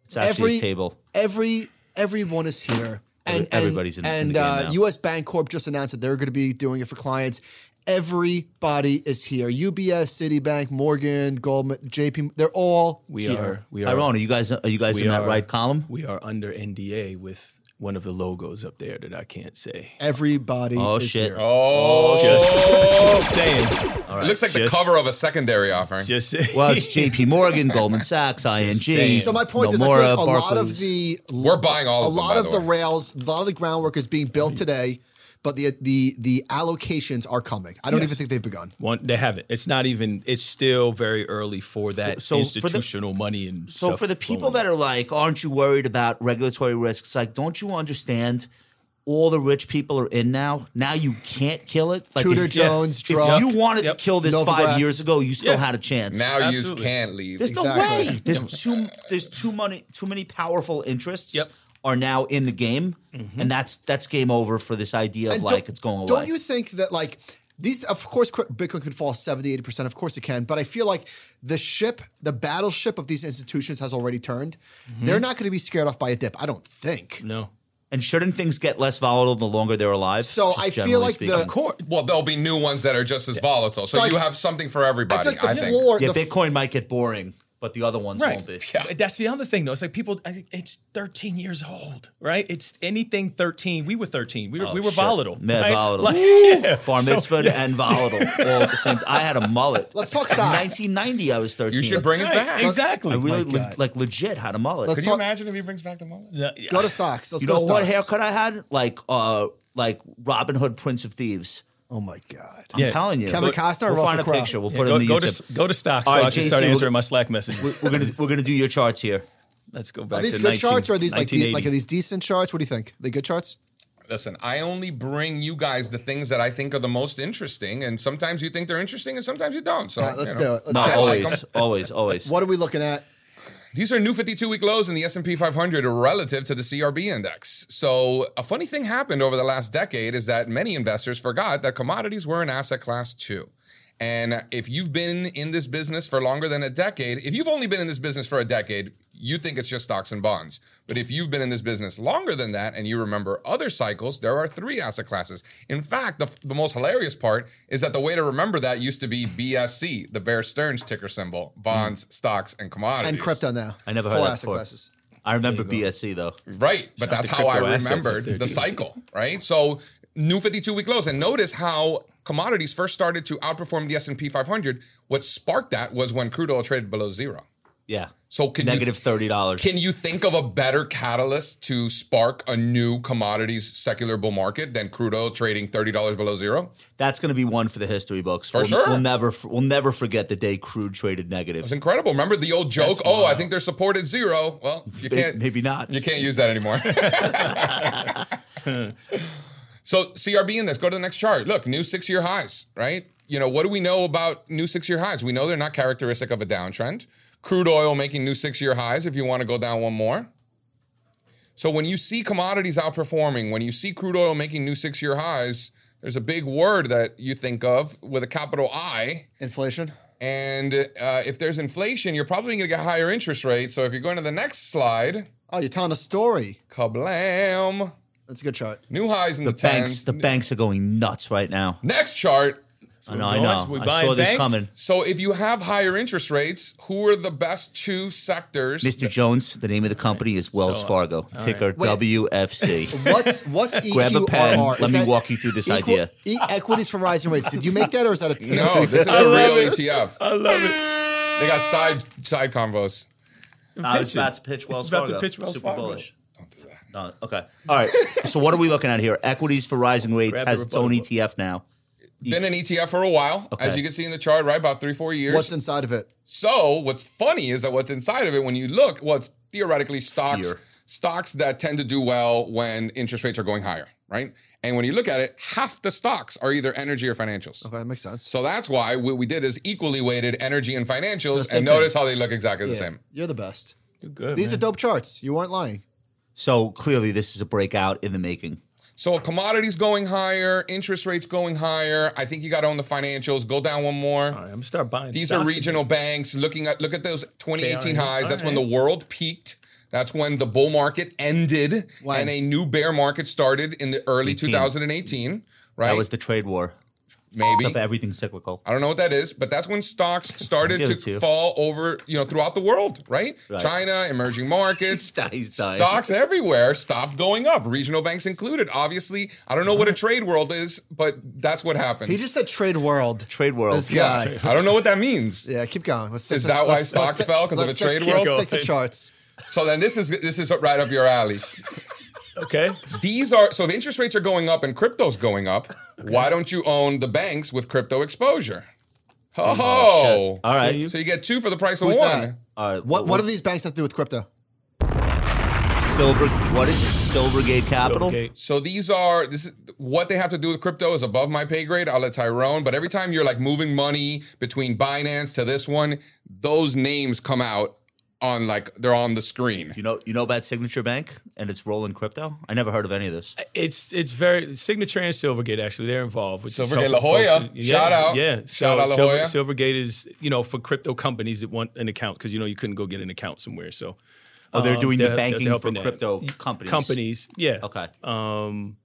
B: it's
A: every-
B: actually a table.
A: Every everyone is here, and
B: Every- everybody's in-
A: and,
B: in the
A: and,
B: game
A: uh,
B: now.
A: U.S. Bank Corp just announced that they're going to be doing it for clients. Everybody is here. UBS, Citibank, Morgan, Goldman, JP. They're all
E: we
A: here.
E: are we are
B: Tyrone, are you guys are you guys
E: we
B: in that
E: are-
B: right column?
E: we are under NDA with one of the logos up there that I can't say.
A: Everybody.
B: Oh,
A: is
B: shit.
A: Here.
D: Oh,
E: Just saying,
B: All right.
D: it Oh! looks like the
E: Just-
D: cover of a secondary offering.
E: just saying.
B: well, it's J.P. Morgan, Goldman Sachs, ING.
E: saying.
A: So my point is, I
B: Nomura,
A: feel like a lot of
B: Barclays.
A: the
D: We're buying all
A: a
D: of them,
A: lot
D: by
A: of
D: the
A: the
D: way.
A: rails, a lot of the groundwork is being built today, but the the the allocations are coming. I don't even think they've begun.
E: One, they haven't. It's not even. It's still very early for that
B: So- so for the-
E: institutional money and
B: So
E: stuff
B: for the people
E: flowing.
B: that are like, aren't you worried about regulatory risks? Like, don't you understand? All the rich people are in now. Now you can't kill it. Like
A: Tudor
B: if,
A: Jones,
B: if
A: Druck,
B: you wanted
E: Yep.
B: to kill this
A: Novogratz.
B: five years ago, you still
E: Yeah.
B: had a chance.
D: Now you
E: Absolutely.
D: can't leave.
B: There's
A: Exactly.
B: no way. There's too there's too many too many powerful interests
E: Yep.
B: are now in the game, and that's that's game over for this idea of
A: Mm-hmm. And
B: like it's going away.
A: Don't you think that like these? Of course, cri- Bitcoin could fall 70, 80 percent. Of course, it can. But I feel like the ship, the battleship of these institutions, has already turned.
B: Mm-hmm.
A: They're not going to be scared off by a dip. I don't think.
E: no,
B: and shouldn't things get less volatile the longer they're alive?
A: So
B: Just
A: I feel
B: generally
A: like the-
B: speaking.
A: Of
E: course.
D: Well, there'll be new ones that are just as volatile. So,
A: So I-
D: you have something for
A: I
D: everybody.
A: feel
D: I,
A: like the
D: think.
A: floor.
B: yeah,
A: the f-
B: Bitcoin might get boring, but the other ones
E: Right.
B: won't be.
E: But That's the other thing, though. It's like people. I think it's 13 years old, right? It's anything 13. We were 13. We were,
B: Oh,
E: we were
B: shit.
E: volatile.
B: Mad
E: right?
B: volatile.
E: Like, yeah.
B: Bar
E: So-
B: mitzvah and volatile all at the same. I had a mullet.
A: Let's talk
B: In
A: stocks.
B: 1990, I was 13.
D: You should bring it
E: Right,
D: back.
E: exactly.
B: I really
A: Oh my
B: le-
A: God.
B: like legit had a mullet.
A: Let's
D: Could
A: talk-
D: you imagine if he brings back the mullet?
E: No,
A: Go to stocks. Let's
B: you
A: go
B: know
A: to
B: what
A: stocks.
B: haircut I had? Like uh like Robin Hood, Prince of Thieves.
A: Oh my god.
B: I'm
E: Yeah.
B: telling you.
A: Kevin
B: Look,
A: Costner or
B: We'll
A: Russell
B: find a
A: Crowe?
B: picture. We'll
E: Yeah,
B: put it
E: go,
B: in the
E: go
B: YouTube.
E: to go to stock so
B: All right,
E: I can
B: JC,
E: start
B: we're-
E: answering my Slack messages.
B: we're gonna we're gonna do your charts here.
E: Let's go back.
A: Are these
E: to
A: good charts or are these like de-
E: 1980.
A: like are these decent charts? What do you think? They good charts?
D: Listen, I only bring you guys the things that I think are the most interesting, and sometimes you think they're interesting, and sometimes you don't. So
A: All right, let's
D: you know.
A: do it. Let's
B: No,
A: do it. um,
B: always,
D: like 'em.
B: always, always.
A: What are we looking at?
D: These are new 52-week lows in the S&P 500 relative to the CRB index. So, a funny thing happened over the last decade is that many investors forgot that commodities were an asset class too. And if you've been in this business for longer than a decade, if you've only been in this business for a decade, you think it's just stocks and bonds. But if you've been in this business longer than that and you remember other cycles, there are three asset classes. In fact, the, the most hilarious part is that the way to remember that used to be BSC, the Bear Stearns ticker symbol, bonds, stocks, and commodities.
A: And crypto now.
B: I never
A: Four
B: heard that
A: asset
B: before.
A: classes.
B: I remember BSC though.
D: Right. But that's
E: the
D: how I
E: crypto assets up
D: remembered
E: there,
D: the
E: too.
D: cycle, right? So new 52 week lows and notice how commodities first started to outperform the S&P 500. What sparked that was when crude oil traded below 0.
B: Yeah,
D: So can
B: negative
D: you
B: thirty dollars.
D: can you think of a better catalyst to spark a new commodities secular bull market than crude oil trading $30 below 0?
B: That's going to be one for the history books. For we'll,
D: sure.
B: we'll never we'll never forget the day crude traded
D: It's
B: negative.
D: incredible. Remember the old joke, "Oh, I think they're supported 0." Well, you
B: May-
D: can't
B: Maybe not.
D: You can't use that anymore. so CRB index, go to the next chart. Look, new six-year highs, right? You know, what do we know about new six-year highs? We know they're not characteristic of a downtrend. Crude oil making new six-year highs if you want to go down one more. So when you see commodities outperforming, when you see crude oil making new six-year highs, there's a big word that you think of with a capital I,
A: Inflation.
D: and uh, if there's inflation, you're probably going to get higher interest rates. So if you're going to the next slide,
A: Oh, you're telling a story.
D: kablam!
A: That's a good chart.
D: New highs in the,
B: The banks
D: tens.
B: the banks are going nuts right now.
D: Next chart.
B: I know. I
E: we're
B: know.
E: going. We're
B: I
E: buying
B: saw this
E: banks.
B: coming.
D: So if you have higher interest rates, who are the best two sectors?
B: Mr. Jones, the name of the company is Wells
E: So, uh,
B: Fargo, ticker WFC.
A: What's what's E EQRR?
B: Grab a pen.
A: Is
B: Let me
A: that
B: walk you through this
A: equi-
B: idea.
A: E- equities for rising rates. Did you make that, or is that a is
D: No,
A: that-
D: this is a real ETF.
E: I love it.
D: They got side side convos.
B: I was
E: pitching.
B: about to pitch Wells
E: about to
B: Fargo.
E: pitch Wells
B: Super
E: Fargo.
B: bullish.
D: Don't do that.
B: Uh, okay. All right. so what are we looking at here? Equities for rising rates
E: Grab the
B: has its own
E: rebuttal.
B: ETF now.
D: Been an ETF for a while,
B: Okay.
D: as you can see in the chart, right? About three, four years.
A: What's inside of it?
D: So what's funny is that what's inside of it when you look, well, it's theoretically stocks
B: Fear.
D: stocks that tend to do well when interest rates are going higher, right? And when you look at it, half the stocks are either energy or financials.
A: Okay, that makes sense.
D: So that's why what we did is equally weighted energy and financials,
A: same thing.
D: and notice how they look exactly the
A: Yeah,
D: same.
A: You're the best.
E: You're good.
A: These are
E: man.
A: dope charts. You weren't lying.
B: So clearly, this is a breakout in the making.
D: So commodities going higher, interest rates going higher. I think you got to own the financials. Go down one more.
E: All right, I'm gonna start buying.
D: These
E: stocks
D: are
E: again.
D: regional banks. Looking at look at those 2018
E: They are.
D: highs.
E: All
D: That's when
E: right.
D: the world peaked. That's when the bull market ended
A: When?
D: and a new bear market started in the early
B: 18.
D: 2018. Right?
B: That was the trade war.
D: Maybe.
B: Up everything cyclical.
D: I don't know what that is, but that's when stocks started
B: give
D: to
B: it to you.
D: fall over, you know, throughout the world, right?
B: Right.
D: China, emerging markets,
B: He's dying.
D: stocks everywhere stopped going up, regional banks included. Obviously, I don't know what a trade world is, but that's what happened.
A: He just said trade world.
B: Trade world.
A: This
D: yeah,
A: guy.
D: I don't know what that means.
A: Yeah, keep going. Let's
D: Is
A: let's-
D: that why
A: let's-
D: stocks
A: let's-
D: fell? 'Cause of
A: let's
D: the
A: stick-
D: trade
A: let's
D: world?
A: Stick to charts.
D: So then this is this is right up your alley.
E: Okay.
D: These are so if interest rates are going up and crypto's going up, why don't you own the banks with crypto exposure? Oh,
B: All right.
E: See you-
D: so you get two for the price of
A: Who's
D: one.
A: that?
B: All right.
A: What what do these banks have to do with crypto?
B: Silver. What is it? Silvergate Capital.
E: Okay.
D: So these are this is what they have to do with crypto is above my pay grade. I'll let Tyrone, but every time you're like moving money between Binance to this one, those names come out on like they're on the screen.
B: You know. You know about Signature Bank and its role in crypto. I never heard of any of this.
E: It's it's very Signature and Silvergate actually they're involved. Which is
D: Silvergate,
E: helping
D: La Jolla.
E: folks-
D: Shout out.
E: Yeah. So
D: Shout out La
E: Silver-
D: Jolla.
E: Silvergate is you know for crypto companies that want an account because you know you couldn't go get an account somewhere. So
B: Oh, they're
E: um,
B: doing the
E: they're
B: banking for
E: helping that.
B: crypto companies.
E: companies, yeah.
B: Okay.
E: Um,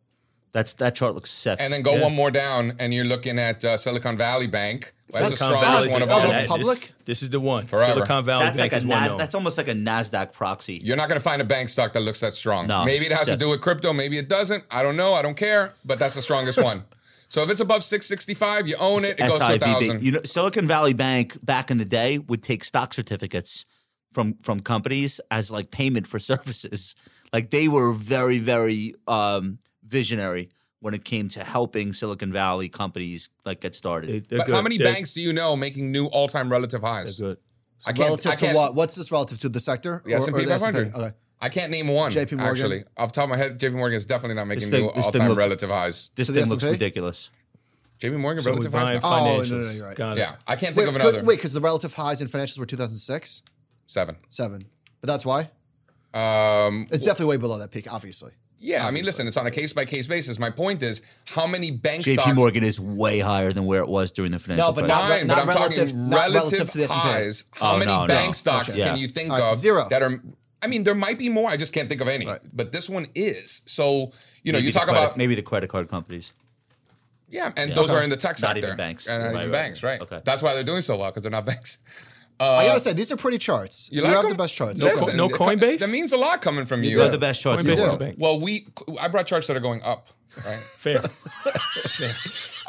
B: That's that chart looks sick.
D: And then go
E: Yeah.
D: one more down, and you're looking at uh, Silicon Valley Bank. That's the
A: Silicon
E: Silicon
D: strongest
E: Valley's
D: one
E: like,
A: oh,
D: of all.
A: that's
E: that-
D: of them.
A: public?
E: This, this is the one.
D: Forever.
E: Silicon Valley
B: that's
E: Bank
B: like a
E: is one.
B: Nas-
E: known.
B: That's almost like a Nasdaq proxy.
D: You're not going to find a bank stock that looks that strong.
B: No,
D: maybe it has to
B: sick.
D: do with crypto. Maybe it doesn't. I don't know. I don't care. But that's the strongest one. So if it's above 665, you own it. It goes to a
B: SIVB.
D: thousand.
B: You know, Silicon Valley Bank back in the day would take stock certificates from from companies as like payment for services. Like they were very very um, visionary when it came to helping Silicon Valley companies like get started.
E: They- they're
D: But
E: good.
D: how many
E: They're-
D: banks do you know making new all-time relative
E: They're
D: highs?
E: good.
D: I can't.
A: Relative
D: I
A: to
D: can't,
A: what? What's this relative to the sector?
D: The S&P 500.
A: Okay.
D: I can't name one.
A: JP Morgan?
D: Actually, off the top of my head, JP Morgan is definitely not making
B: thing-
D: new
B: this thing
D: all-time
B: looks-
D: relative highs.
B: this
A: So the
B: thing looks
A: S&P?
B: ridiculous.
D: JP Morgan
E: So we're
D: relative highs.
E: buying
D: now?
A: Oh, no, no,
E: financials.
A: you're right.
E: Got it.
D: yeah, I can't think
A: Wait,
D: of another
A: could- wait, because the relative highs in financials were 2006,
D: seven.
A: seven. But that's why
D: Um,
A: it's definitely way below that peak. Obviously,
D: yeah, I mean, listen, it's on a case-by-case basis. My point is, how many bank
B: JP
D: stocks?
B: Morgan is way higher than where it was during the financial
A: but
B: crisis.
A: not-
D: Fine, but
A: not
D: I'm
A: relative-
D: talking
A: not
D: relative,
A: relative to
D: to
A: the
D: the
A: S&P.
D: highs. How
B: Oh,
D: many
B: no,
D: bank
B: no.
D: stocks
B: Gotcha.
D: can
B: Yeah.
D: you think
A: All right,
D: of
A: zero.
D: that are? I mean, there might be more. I just can't think of any. But this one is. So you know,
B: Maybe
D: you
B: the
D: talk
B: credit-
D: about
B: maybe the credit card companies.
D: yeah, and those are in the tech
B: Not
D: sector.
B: even banks.
D: and not
B: Right,
D: even
B: right.
D: banks, right?
B: Okay.
D: That's why they're doing so well because they're not banks.
A: I gotta say these are pretty charts. You,
D: Uh, like
A: have
D: them?
A: the best charts.
E: No
A: Okay.
E: co- no
D: that-
E: Coinbase?
D: That means a lot coming from you.
B: They're the best charts in the
E: Coinbase is a
B: world.
E: bank.
D: Well, we I brought charts that are going up, right?
E: Fair.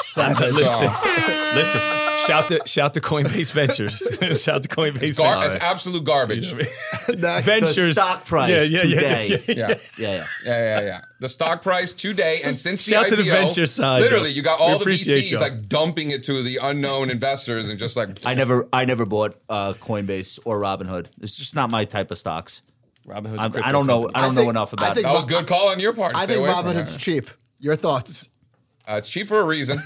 D: So,
E: Listen, shout to shout to Coinbase Ventures. shout to Coinbase
D: it's, gar-
E: Ventures.
D: it's absolute garbage.
E: You know
D: yeah,
E: what
A: Next.
E: I mean?
B: The
E: Ventures.
B: stock price
E: Yeah, yeah, yeah,
B: today. Yeah,
E: yeah, yeah.
D: yeah,
B: yeah.
D: yeah, yeah. The stock price today and since
E: Shout
D: the
E: to
D: IPO,
E: the venture side,
D: literally,
E: though.
D: you got
E: We
D: all the
E: appreciate
D: VCs
E: y'all.
D: like dumping it to the unknown investors and just like
B: I never, I never bought uh, Coinbase or Robinhood. It's just not my type of stocks.
E: Robinhood's
B: I,
E: a crypto
B: I don't know.
E: company.
B: I don't
A: I
B: know
A: think- I
B: enough about.
A: think
B: it.
D: that was a good call on your part.
A: I
D: Stay
A: think
D: away from
A: Robinhood's
D: that.
A: cheap. Your thoughts?
D: Uh, it's cheap for a reason,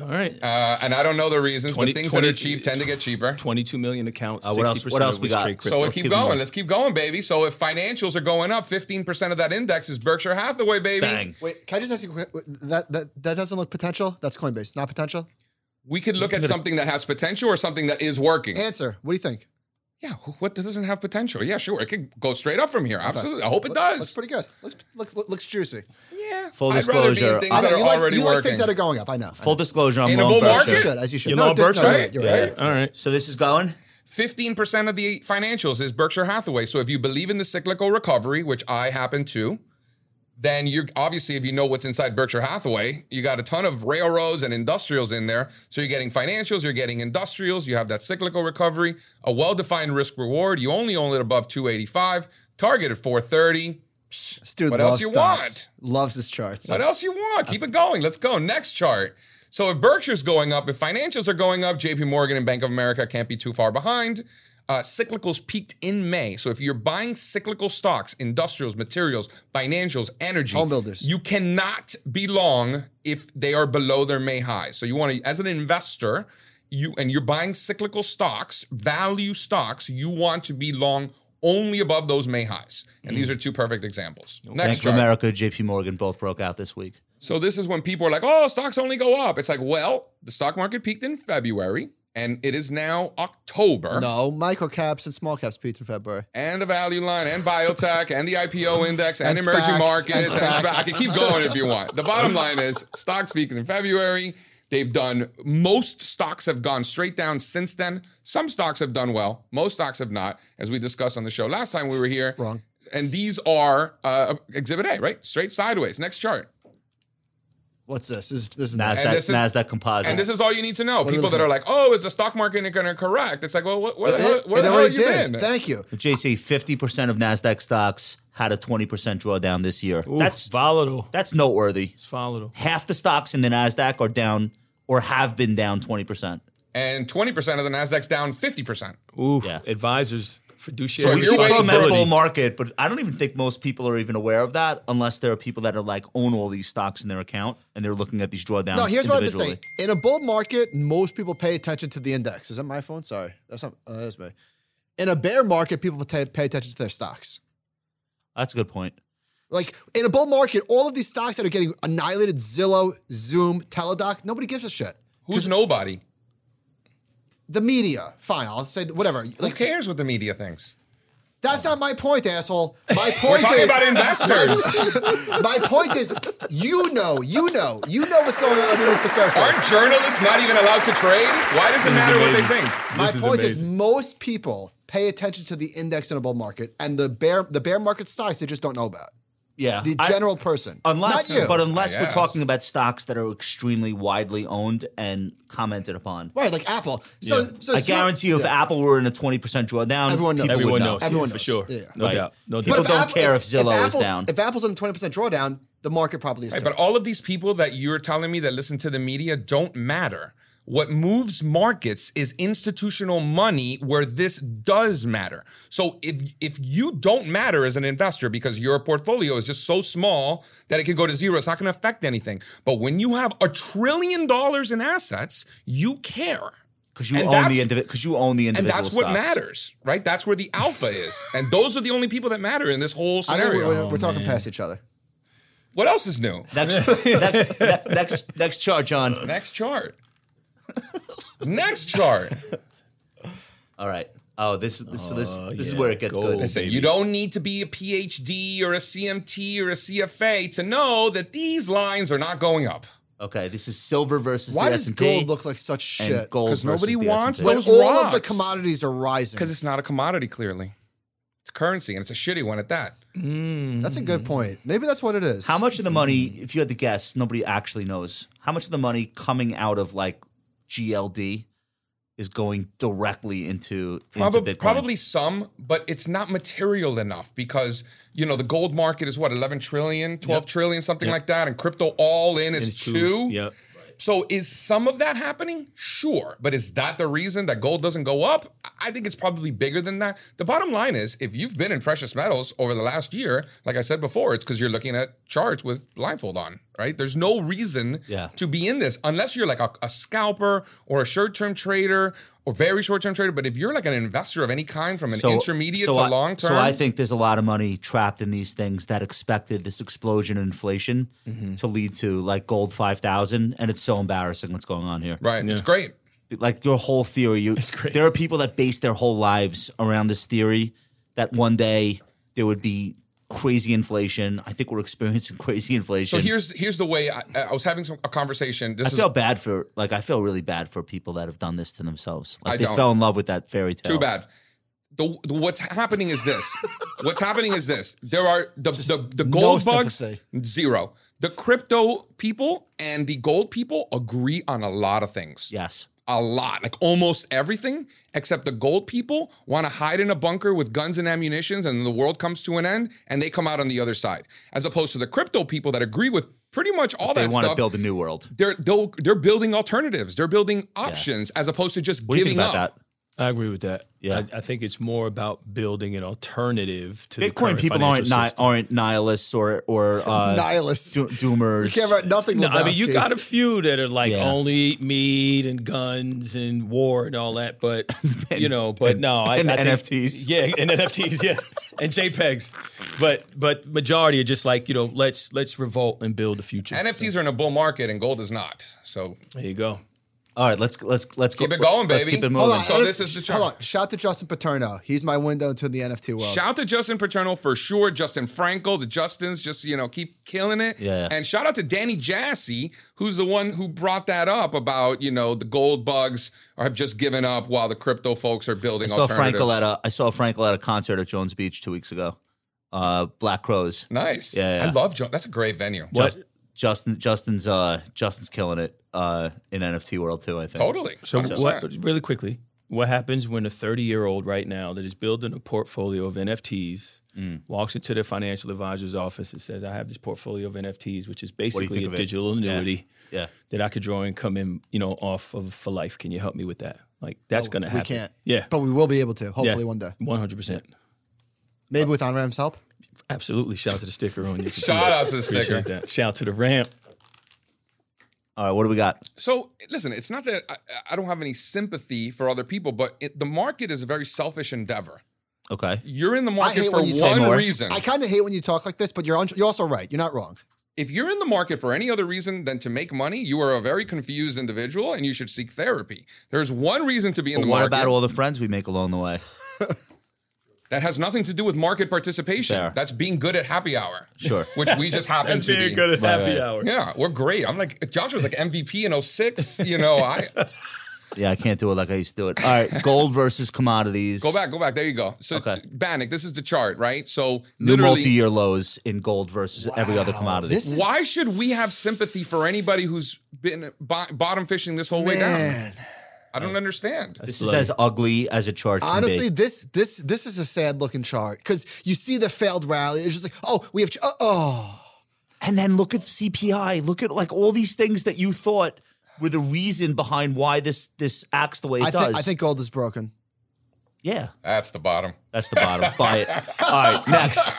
E: All right.
D: uh, and I don't know the reasons,
E: 20
D: but things that are
E: 20
D: cheap tend to get cheaper.
E: 22 million accounts.
B: Uh, what else-
E: 60%
B: what else
E: of
B: we
E: which
B: got?
E: trade
D: So
E: crypto.
D: let's keep
E: Give me
D: going.
E: more.
D: Let's keep going, baby. So if financials are going up, 15% of that index is Berkshire Hathaway, baby.
B: Bang.
A: Wait, can I just ask you a quick? That that that doesn't look potential. That's Coinbase, not potential.
D: We could look at something that has potential or something that is working.
A: Answer. What do you think?
D: Yeah, who- what that doesn't have potential? Yeah, sure. It could go straight up from here. Absolutely. I hope it
A: Look- Looks
D: does.
A: pretty good. Looks looks looks juicy.
D: Yeah.
B: Full
D: I'd rather be in
B: disclosure,
D: things
B: I-
A: I
D: that
A: know,
D: are
A: you like,
D: already
A: you like
D: working.
A: things that are going up. I know.
B: Full disclosure, I'm
D: In a
B: long
D: bull
A: As you
B: Berkshire.
D: market?
A: should, as you should.
E: You're long
A: it did-
E: Berkshire?
A: you're right, you're right,
E: Yeah.
A: you're right.
E: All right.
B: So this is going.
D: 15% of the financials is Berkshire Hathaway. So if you believe in the cyclical recovery, which I happen to, then you're obviously, if you know what's inside Berkshire Hathaway, you got a ton of railroads and industrials in there. So you're getting financials, you're getting industrials, you have that cyclical recovery, a well defined risk reward. You only own it above 285, target at 430. Psh,
A: This dude
D: What
A: loves
D: else you
A: stocks. Loves his charts.
D: What else you want? Keep it going. Let's go. Next chart. So if Berkshire's going up, if financials are going up, JP Morgan and Bank of America can't be too far behind. Uh, cyclicals peaked in May. So if you're buying cyclical stocks, industrials, materials, financials, energy,
A: Home builders.
D: you cannot be long if they are below their May highs. So you want to, as an investor, you and you're buying cyclical stocks, value stocks, you want to be long only above those May highs. And
A: Mm.
D: these are two perfect examples. Next
B: Bank of
D: chart.
B: America, JP Morgan both broke out this week.
D: So this is when people are like, "Oh, stocks only go up." It's like, well, the stock market peaked in February, and it is now October.
A: No, micro caps and small caps peaked in February.
D: And the value line, and biotech, and the IPO index, and,
A: And
D: emerging
A: SPACs,
D: markets, and
A: and
D: SPAC.
A: SPACs.
D: I can keep going if you want. The bottom line is stocks peaked in February. They've done most stocks have gone straight down since then. Some stocks have done well. Most stocks have not, as we discussed on the show last time we were here.
A: Wrong.
D: And these are uh, Exhibit A, right? Straight sideways. Next chart.
A: What's this? This, this is
B: Nasdaq,
D: And this is-
B: Nasdaq Composite.
D: And this is all you need to know.
A: are we
D: People that
A: looking
D: are like, "Oh, is the stock market going to correct?" It's like, well, wh- where the hell, where
A: it
D: the hell have
A: already
D: you
A: did.
D: been?
A: Thank you.
B: JC, fifty percent of Nasdaq stocks had a twenty percent drawdown this year.
E: Ooh,
B: That's
E: volatile.
B: that's noteworthy.
E: It's volatile.
B: Half the stocks in the Nasdaq are down or have been down twenty percent.
D: and twenty percent of the Nasdaq's down fifty percent.
E: Oof.
B: Yeah.
E: Advisors,
D: So
E: fiduciary.
D: if
B: We
D: you're
B: keep
D: waiting
B: talking about
E: responsibility.
B: bull market, but I don't even think most people are even aware of that, unless there are people that are like own all these stocks in their account and they're looking at these drawdowns.
A: No, here's what I've been
B: individually.
A: saying. In a bull market, most people pay attention to the index. Is that my phone? Sorry, that's not. Oh, that's me. In a bear market, people pay, pay attention to their stocks.
B: That's a good point.
A: Like in a bull market, all of these stocks that are getting annihilated Zillow, Zoom, Teladoc, nobody gives a shit.
D: Who's nobody?
A: The media, fine, I'll say th- whatever.
D: Who
A: Like
D: cares what the media thinks?
A: that's not my point, asshole. My point
D: We're talking
A: is
D: about investors.
A: my point is you know, you know, you know what's going on underneath the
D: Aren't
A: surface.
D: journalists not even allowed to trade? Why does it matter what they think?
A: My point is most people pay attention to the index in a bull market and the bear the bear market stocks they just don't know about.
B: Yeah,
A: The
B: I-
A: general person.
B: unless,
A: not you.
B: but unless
D: I
B: we're
D: guess.
B: talking about stocks that are extremely widely owned and commented upon.
A: right, like Apple. So so
B: I
A: Zoom-
B: guarantee you, if Apple were in a twenty percent drawdown,
A: Everyone knows.
B: people would
E: Everyone
B: know.
E: knows.
A: Everyone
E: yeah,
A: knows.
E: For sure.
A: Yeah.
E: No
B: Right.
E: doubt. No
B: People
E: doubt.
A: if
B: don't care if Zillow is
A: Apple's-
B: down.
A: If Apple's on a twenty percent drawdown, the market probably is.
D: Right,
A: down.
D: but all of these people that you're telling me that listen to the media don't matter. What moves markets is institutional money where this does matter. So if if you don't matter as an investor because your portfolio is just so small that it can go to zero, it's not going to affect anything. But when you have a trillion dollars in assets, you care.
B: because you
D: And
B: own
D: that's-
B: the individual. Because you own the
D: And
B: individual.
D: that's what
B: stocks.
D: matters, right? That's where the alpha is. And those are the only people that matter in this whole
A: I think we're,
D: scenario.
A: we're
B: Oh,
A: talking past each other.
D: What else is new?
B: Next, next, ne- next, next chart, John.
D: Next chart. Next chart.
B: All right. Oh, this, this, so this, this is where it gets
E: go.
B: good.
E: This-
D: Listen,
E: baby.
D: you don't need to be a PhD or a CMT or a CFA to know that these lines are not going up.
B: Okay, this is silver versus
A: Why
B: the
A: does
B: S&P
A: gold look like such
B: and
A: shit?
B: gold
D: 'Cause
B: versus
D: nobody
B: the
D: wants
B: S&P.
A: when
D: those
A: all of the
D: rocks.
A: commodities are rising.
D: Because it's not a commodity, clearly. It's currency and it's a shitty one at that.
A: That's a good point. Maybe that's what it is.
B: Mm-hmm. How much of the money,
D: Mm.
B: if you had to guess, nobody actually knows. How much of the money coming out of like GLD is going directly into, into
D: Probably,
B: Bitcoin?
D: probably some, but it's not material enough because you know the gold market is what 11 trillion, 12 trillion, something like that, and crypto all in is two.
E: Yep.
D: So is some of that happening? Sure. But is that the reason that gold doesn't go up? I- I think it's probably bigger than that. The bottom line is if you've been in precious metals over the last year, like I said before, it's because you're looking at charts with blindfold on, right? There's no reason
B: Yeah.
D: to be in this unless you're like a, a scalper or a short term trader or very short term trader. But if you're like an investor of any kind from an intermediate
B: so
D: to
B: I-
D: long term,
B: So I think there's a lot of money trapped in these things that expected this explosion in inflation
D: Mm-hmm.
B: to lead to like gold 5000 and it's so embarrassing what's going on here.
D: right, it's great.
B: Like your whole theory, you
E: great.
B: there are people that base their whole lives around this theory that one day there would be crazy inflation. I think we're experiencing crazy
D: So
B: inflation.
D: here's here's the way I, I was having some a conversation. This
B: I
D: is
B: feel bad for like I feel really bad for people that have done this to themselves. Like
D: I
B: they
D: don't.
B: fell in love with that fairy tale.
D: Too bad. The, the- what's happening is this. what's happening is this. There are the the, the
A: no
D: gold bugs
A: sympathy.
D: zero. The crypto people and the gold people agree on a lot of things.
B: Yes.
D: a lot, like almost everything, except the gold people want to hide in a bunker with guns and ammunitions, and the world comes to an end, and they come out on the other side. As opposed to the crypto people that agree with pretty much all
B: They
D: that
B: want to
D: stuff.
B: build a new world.
D: they're they'll- they're building alternatives. They're building options as opposed to just
B: What do you
D: giving
B: think about
D: up.
B: that?
E: I agree with that.
B: Yeah.
E: I, I think it's more about building an alternative to the
B: Bitcoin
E: current
B: people
E: financial
B: aren't ni-
E: system.
B: aren't nihilists or or uh,
A: Nihilists.
B: do- doomers.
A: Can't write nothing.
E: No, I mean you
A: Lebowski.
E: got a few that are like
B: Yeah.
E: only eat meat and guns and war and all that, but you know, but no, I,
B: and
E: I think-
B: NFTs.
E: yeah, and NFTs, yeah, and JPEGs, but but majority are just like you know, let's let's revolt and build a future.
D: NFTs are in a bull market and gold is not. So
E: there you go.
B: All right, let's let's let's
D: Keep
B: go-
D: it going,
B: let's
D: baby.
B: keep it moving.
D: Hold
A: Hold on,
D: So
A: I-
D: this is the
A: hold
D: chart.
A: on. Shout to Justin Paterno. He's my window into the NFT world.
D: Shout to Justin Paterno for sure. Justin Frankel, the Justins, just you know, keep killing it.
B: Yeah.
D: And shout out to Danny Jassy, who's the one who brought that up about you know the gold bugs are, have just given up while the crypto folks are
B: I
D: building
B: saw
D: alternatives.
B: Frankel at a I saw Frankel at a concert at Jones Beach two weeks ago. Uh, Black Crows.
D: nice.
B: Yeah, yeah.
D: I love Joe. That's a great venue.
E: What?
B: Just- Justin Justin's uh Justin's killing it uh in NFT world too. I think
D: Totally.
E: So
D: 100%.
E: what? Really quickly, what happens when a 30 year old right now that is building a portfolio of NFTs
B: Mm.
E: walks into their financial advisor's office and says, "I have this portfolio of NFTs, which is basically
B: think
E: a
B: of it?
E: digital annuity
B: Yeah.
E: that I could draw income in, you know, off of for life. Can you help me with that? Like that's
B: Oh,
E: going to
A: we
E: happen.
A: can't.
E: Yeah,
A: But we will be able to, hopefully,
E: Yeah.
A: one day.
E: 100. percent
A: Maybe with On Ram's help.
E: Absolutely. Shout out to the sticker on you.
D: Shout out to the
E: Appreciate
D: sticker.
E: that. Shout out to the ramp.
B: All right, what do we got?
D: So listen, it's not that I, I don't have any sympathy for other people, but it, the market is a very selfish endeavor.
B: Okay,
D: You're in the
A: I
D: market
A: hate
D: for
A: when you say
D: one
B: more.
D: reason.
A: I kind of hate when you talk like this, but you're on, you're also right. You're not wrong.
D: if you're in the market for any other reason than to make money, you are a very confused individual and you should seek therapy. There's one reason to be in
B: but
D: the
B: what
D: market
B: about all the friends we make along the way?
D: that has nothing to do with market participation.
B: Fair.
D: That's being good at happy hour.
B: Sure.
D: Which we just happen to be.
E: good at happy hour.
D: yeah, we're great. I'm like Joshua's like MVP in 06. You know, I
B: Yeah, I can't do it like I used to do it. All right, gold versus commodities.
D: go back, go back. There you go. So
B: Okay.
D: Bannock, this is the chart, right? So
B: New
D: literally
B: multi-year lows in gold versus every other
A: Wow,
B: commodity.
A: This is,
D: why should we have sympathy for anybody who's been bo- bottom fishing this whole way down?
A: man.
D: I don't understand.
B: This uh, is as ugly as a chart. can be.
A: Honestly, this this this is a sad looking chart because you see the failed rally. It's just like, oh, we have, ch- oh, oh.
B: And then look at CPI. Look at like all these things that you thought were the reason behind why this this acts the way it
A: I,
B: does.
A: think I think gold is broken.
B: yeah,
D: That's the bottom.
B: that's the bottom. Buy it. All right, next.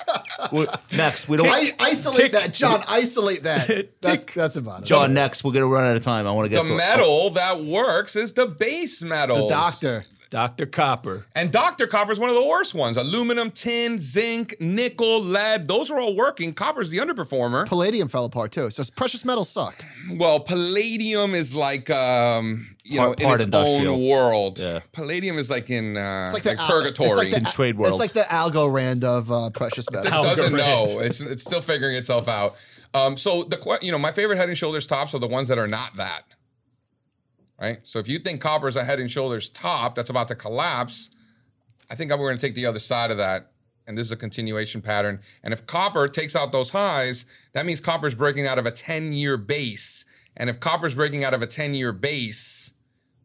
B: We're, next, we don't.
A: I, isolate that, John. Isolate that. That's, that's about it.
B: John, next. We're gonna run out of time. I want to get to
D: The
B: oh, it.
D: metal that works is the base metal.
A: oh. the doctor.
E: Dr. Copper.
D: And Dr. Copper is one of the worst ones. Aluminum, tin, zinc, nickel, lead, those are all working. Copper's the underperformer.
A: Palladium fell apart too. So precious metals suck.
D: Well, palladium is like um, you
B: Part-
D: know, in
B: part
D: its
B: industrial.
D: own world.
B: Yeah.
D: Palladium is like in uh
A: It's like,
D: like
A: the al-
D: purgatory.
A: It's like the,
B: In
A: al-
B: trade
A: It's
B: world.
A: like the algo rand of uh, precious
D: this
A: metals.
D: doesn't know. It's, it's still figuring itself out. Um, so the que- you know, my favorite head and shoulders tops are the ones that are not that. Right? So if you think copper's a head and shoulders top that's about to collapse, I think I'm going to take the other side of that. And this is a continuation pattern. And if copper takes out those highs, that means copper's breaking out of a 10 year base. And if copper's breaking out of a 10 year base,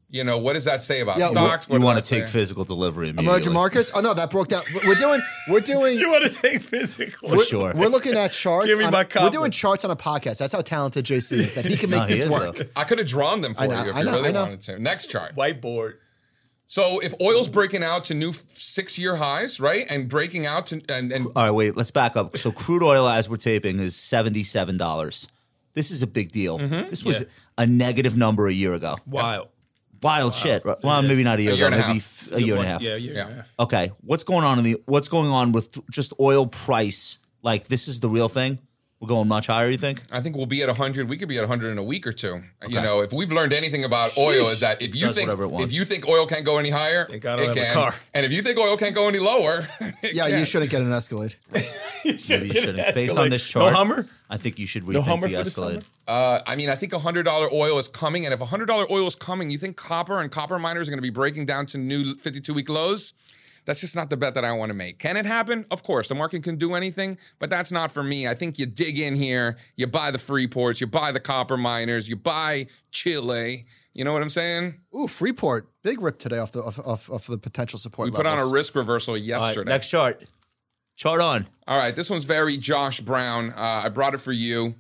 D: you know, what does that say about
A: Yeah,
D: stocks?
B: you
D: What
B: want
D: does
B: to
D: that
B: take
D: say?
B: physical delivery immediately.
A: Emerging markets. Oh no, that broke down. We're doing. We're doing.
E: You want to take physical?
B: for sure.
A: We're looking at charts.
E: Give me
A: on-
E: my
A: we're
E: copper.
A: doing charts on a podcast. That's how talented JC is. That he can make
B: No, he
A: this
B: is,
A: work.
B: though.
D: I could have drawn them for
A: know,
D: you if
A: I
D: you
A: know, I
D: really
A: know.
D: wanted to. Next chart.
E: Whiteboard.
D: So if oil's breaking out to new six year highs, right, and breaking out to and, and
B: All right, wait, let's back up. So crude oil as we're taping is $77. This is a big deal.
D: Mm-hmm.
B: This was a negative number a year ago.
E: Wild.
B: Wild shit. right? Well, maybe not a year,
D: A year
B: ago,
D: and a
B: maybe
D: half.
B: f- a year and a half.
E: Yeah, year
D: Yeah.
E: and a half.
B: Okay, what's going on in the what's going on with just oil price? Like this is the real thing. We're going much higher, you think?
D: I think we'll be at 100. We could be at 100 in a week or two. You know, if we've learned anything about oil is that if you
B: does
D: think
B: whatever it wants.
D: if you think oil can't go any higher,
E: Thank God I
D: it
E: don't have a
D: can.
E: car.
D: And if you think oil can't go any lower, it
A: Yeah, you
D: can.
A: shouldn't get an Escalade.
B: Maybe you shouldn't. Based on
E: Escalade.
B: this
E: No
B: chart.
E: Hummer?
B: I think you should rethink
E: Hummer
B: the
E: for this
B: Escalade.
D: Uh, I mean, I think $100 oil is coming, and if $100 oil is coming, you think copper and copper miners are going to be breaking down to new 52 week lows? That's just not the bet that I want to make. Can it happen? Of course, the market can do anything, but that's not for me. I think you dig in here, you buy the free ports, you buy the copper miners, you buy Chile, You know what I'm saying?
A: Ooh, Freeport, big rip today off the off, off, off the potential support.
D: We put on a
A: levels.
D: risk reversal
B: All
D: yesterday.
B: right, next chart. Chart on.
D: All right, this one's very Josh Brown. Uh, I brought it for you.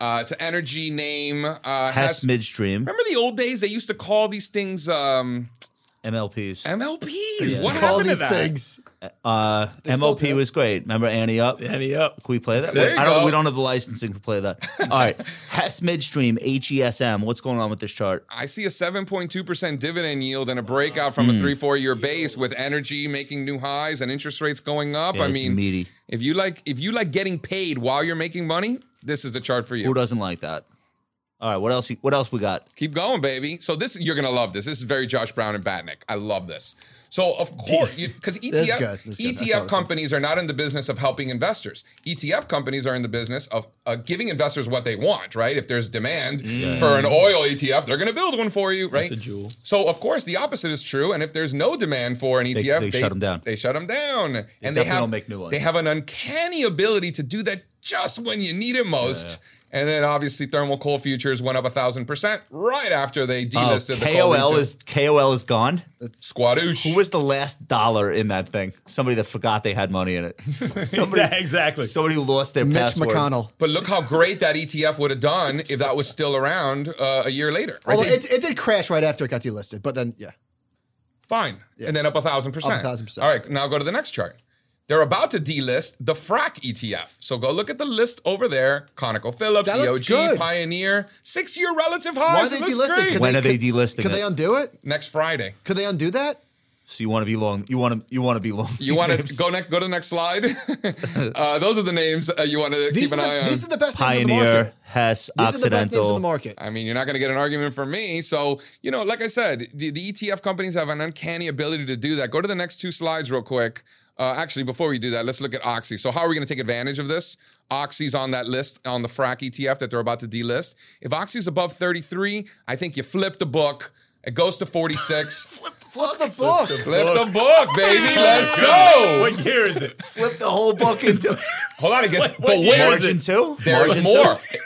D: Uh, it's an energy name. Uh,
B: Hess
D: has,
B: midstream.
D: remember the old days they used to call these things um,
B: MLPs.
D: MLPs.
A: Used
D: What
A: to call
D: happened to
A: these
D: that?
A: things.
B: Uh,
A: still
B: MLP
A: do.
B: was great. Remember Annie Up?
E: Penny up.
B: Can we play that?
D: There you
B: I don't.
D: go.
B: We don't have the licensing to play that. All right. Hess Midstream, H E S M. What's going on with this chart?
D: I see a 7.2% dividend yield and a breakout from a three, four year base with energy making new highs and interest rates going up.
B: Yeah,
D: I
B: this is
D: mean,
B: meaty.
D: if you like if you like getting paid while you're making money, this is the chart for you.
B: Who doesn't like that? All right. What else? What else we got?
D: Keep going, baby. So this you're gonna love this. This is very Josh Brown and Batnick. I love this. So of course, E because
A: is
D: ETF
A: good. This is good. I saw
D: ETF
A: this one.
D: companies are not in the business of helping investors. ETF companies are in the business of uh, giving investors what they want. Right? If there's demand for an oil ETF, they're gonna build one for you. Right?
E: a jewel.
D: So of course, the opposite is true. And if there's no demand for an ETF,
B: they shut 'em down.
D: They shut them down, and
B: definitely
D: they have
B: don't make new ones.
D: They have an uncanny ability to do that just when you need it most. And then obviously thermal coal futures went up a thousand percent right after they
B: Oh,
D: delisted the coal
B: KOL
D: into
B: is KOL is gone.
D: squadoosh.
B: Who was the last dollar in that thing? Somebody that forgot they had money in it. Somebody,
E: exactly.
B: somebody who lost their
A: Mitch
B: password.
A: McConnell.
D: but look how great that ETF would have done if that was still around uh, a year later. Right?
A: Although
D: They-
A: it, it did crash right after it got delisted, but then yeah,
D: fine, and then up a thousand percent.
A: Up 1,000%.
D: All right, now go to the next chart. They're about to delist the FRAC ETF. So go look at the list over there. ConocoPhillips,
A: That looks
D: EOG,
A: good.
D: Pioneer, six-year relative
A: why are
D: highs.
A: they
D: It looks
A: delisted?
D: great.
A: Could
B: When are they
A: could-
B: delisting
A: Could
B: it?
A: they undo it?
D: Next Friday.
A: Could they undo that?
B: So you want to be long? You want to? You want to be long?
D: You want to go next? Go to the next slide. uh, those are the names uh, you want to keep
A: These
D: an
A: are
D: eye
A: the,
D: on.
A: these are the best names in the
B: Pioneer,
A: market.
B: Hess,
A: These are the best names in the
B: Occidental.
A: market.
D: I mean, you're not going to get an argument from me. So, you know, like I said, the, the ETF companies have an uncanny ability to do that. Go to the next two slides real quick. Uh, actually, before we do that, let's look at Oxy. So, how are we going to take advantage of this? Oxy's on that list on the FRAC ETF that they're about to delist. If Oxy's above 33, I think you flip the book. It goes to 46.
A: Flip the book.
D: flip the book, baby. Let's go.
E: What year is it?
B: Flip the whole book into
D: Hold on, it gets.
E: what
D: But
E: year
D: where
E: is
D: is
E: it?
B: margin two.
D: There's
B: Margin
D: more.
B: Two?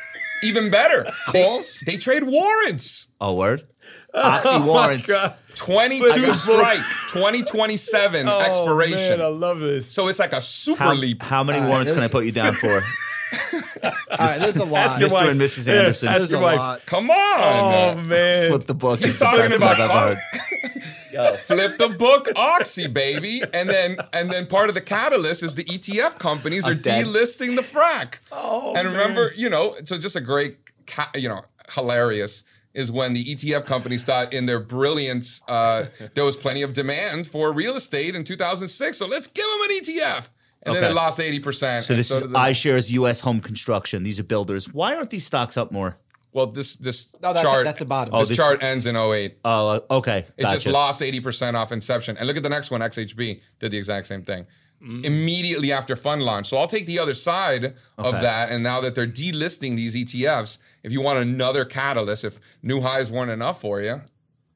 D: Even better. Calls. They trade warrants.
B: Oh word. Oxy warrants.
A: Oh
E: God.
D: 22 strike, 2027 expiration.
E: Oh, Man, I love this.
D: so it's like a super
B: How,
D: leap.
B: how many
A: Uh,
B: warrants can I
A: this-
B: put you down for?
A: All right, there's a lot.
E: Ask
B: Mr.
E: your
A: There's
E: wife.
B: and Mrs.
E: Yeah,
B: Anderson.
E: ask
B: There's
E: your
A: a
E: wife.
A: lot.
D: Come on.
E: Oh man.
B: uh, Flip the book. He's
D: talking about Con- Flip the book Oxy, baby. And then and then part of the catalyst is the ETF companies are
B: I'm dead.
D: delisting the frac.
E: Oh,
D: and
E: man.
D: remember, you know, so just a great, ca- you know, hilarious is when the ETF companies thought in their brilliance uh, there was plenty of demand for real estate in 2006. So let's give them an ETF. And then
B: Okay.
D: it lost 80%.
B: So
D: and
B: this is
D: did the-
B: iShares U.S. Home Construction. These are builders. Why aren't these stocks up more?
D: Well, this this
A: No, that's-
D: chart
A: that's the bottom.
D: This,
B: Oh, this-
D: chart ends in 08.
B: Oh, uh, okay.
D: It just lost 80% off inception. And look at the next one, XHB did the exact same thing.
B: Mm.
D: Immediately after fund launch. So I'll take the other side of
B: Okay.
D: that. And now that they're delisting these ETFs, if you want another catalyst, if new highs weren't enough for you, all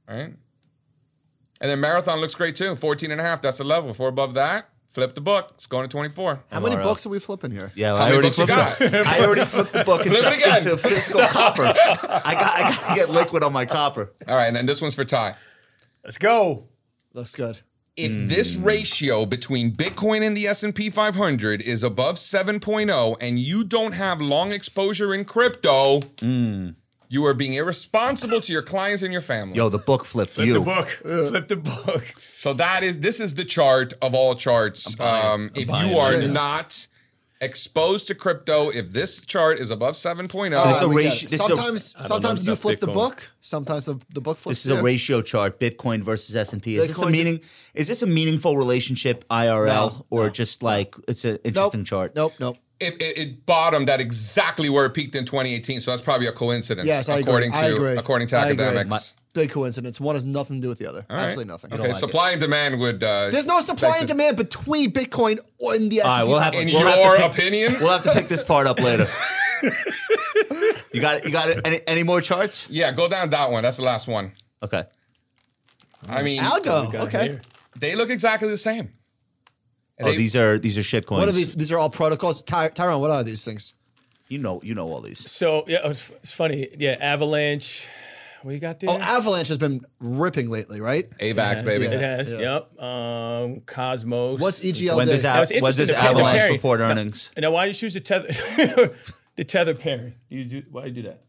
D: right? And then Marathon looks great too. 14 and a half, that's the level. If we're above that, flip the book. It's going to 24.
A: How many
B: MRL.
A: books are we flipping here?
B: Yeah,
D: How
B: I
D: many
B: already
D: books you
B: flipped. it. I already flipped the book
D: Flip
B: into,
D: it again.
B: into physical copper. I got. I got to get liquid on my copper.
D: All right, and then this one's for Ty.
E: Let's go.
A: Looks good.
D: if
A: Hmm.
D: this ratio between bitcoin and the s&p 500 is above 7.0 and you don't have long exposure in crypto
A: Hmm.
D: you are being irresponsible to your clients and your family
B: Yo, the book flipped
E: Flip
B: you.
E: the book. Flip the book.
D: so that is this is the chart of all charts um, if
E: buying
D: you are
A: this.
D: not exposed to crypto if this chart is above oh, 7.0
A: All
B: this
A: right,
B: a
A: we
B: ratio-
A: get it.
B: this is a-
A: sometimes,
E: know
A: sometimes you
E: about
A: flip the
E: Bitcoin.
A: book. Sometimes the, the book flips.
B: This is a
A: you.
B: ratio chart: Bitcoin versus S and P. Is this a
A: Bitcoin-
B: meaning? Is this a meaningful relationship IRL
A: No,
B: or just like it's an
A: Nope.
B: interesting chart?
A: Nope. Nope.
D: it, it, it bottomed at exactly where it peaked in 2018 so that's probably a coincidence
A: Yes, I agree.
D: according
A: I
D: to
A: agree.
D: according to
A: I agree.
D: academics
A: Big coincidence. One has nothing to do with the other.
D: right.
A: Absolutely nothing.
D: okay
B: like it.
D: supply and demand would uh,
A: There's no supply
D: affect
A: and
D: it.
A: demand between Bitcoin and the S&P.
B: All right, we'll have
D: in
B: we'll have to
D: your
B: pick-
D: opinion
B: We'll have to pick this part up later. you got you got any, any more charts?
D: Yeah, go down that one. That's the last one.
B: Okay. Oh,
D: I mean,
A: algo.
E: Got
A: Oh, Okay.
E: here.
D: they look exactly the same. And
B: Oh,
D: they-
B: these are these are shit coins.
A: What are these? These are all protocols. Ty- Tyrone, what are these things?
B: You know you know all these.
E: oh, So yeah, it's, it's funny. Yeah, Avalanche. What you got there?
A: Oh, Avalanche has been ripping lately, right?
D: AVAX,
E: Yes,
D: baby.
E: It has.
A: Yeah.
E: Yep. Um, Cosmos.
A: What's E EGL
B: When
A: day?
B: does,
E: Now, it's
B: Av- when
E: interesting
B: does
E: to compare-
B: Avalanche
E: compare-
B: report earnings?
E: Now, why do you choose the tether? the tether pairing. You do. Why do you do that?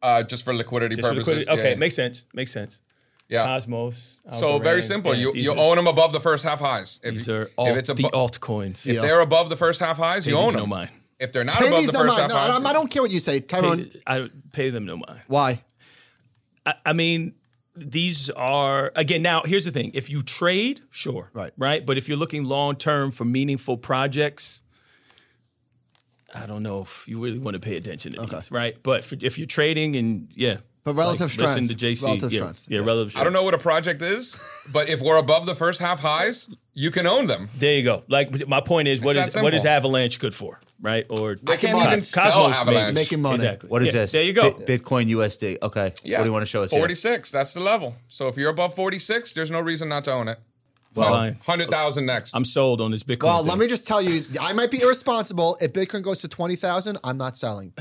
D: Uh, just for liquidity
E: Just for
D: purposes.
E: liquidity.
D: Yeah,
E: Okay,
D: yeah.
E: makes sense. Makes sense.
D: Yeah.
E: Cosmos.
D: So very
E: Algorand,
D: simple.
E: yeah,
D: You
E: these
D: you
E: are-
D: own them above the first half highs. If,
E: These
D: you-
E: are alt,
D: if it's
E: the
D: abo-
E: altcoins.
D: if they're above the first half highs, you own
E: no
D: them.
E: mind.
D: If they're not
A: Pay
D: above
A: these
D: the
A: no
D: first
A: mind.
D: half
A: No,
D: highs,
A: I'm- I don't care what you say, Tyrone.
E: Pay, I pay them no mind.
A: Why?
E: I, I mean, these are again. Now, here's the thing: if you trade, sure,
A: Right.
E: right. But if you're looking long term for meaningful projects, I don't know if you really want to pay attention to these, right? But for, if you're trading and yeah,
A: But relative
E: listen
A: strength.
E: to JC,
A: Relative
E: yeah,
A: strength.
E: yeah,
A: Yeah.
E: relative
D: I
E: strength.
D: don't know what a project is, but if we're above the first half highs, you can own them.
E: There you go. Like my point is, what
D: It's
E: is
D: that
E: what is
D: simple.
E: Avalanche good for, right? Or
D: They can
A: Cosmos.
D: even spell
E: Cosmos, maybe.
D: avalanche.
A: Making money.
E: exactly.
B: What is
E: Yeah,
B: this?
E: There you go.
B: Bi- Bitcoin USD. Okay. What do you want to show us here?
D: 46. That's the level. So if you're above 46, there's no reason not to own it.
E: Well,
D: Well, 100,000 next.
E: I'm sold on this Bitcoin.
A: Well,
E: thing.
A: let me just tell you, I might be irresponsible. If Bitcoin goes to 20,000, I'm not selling.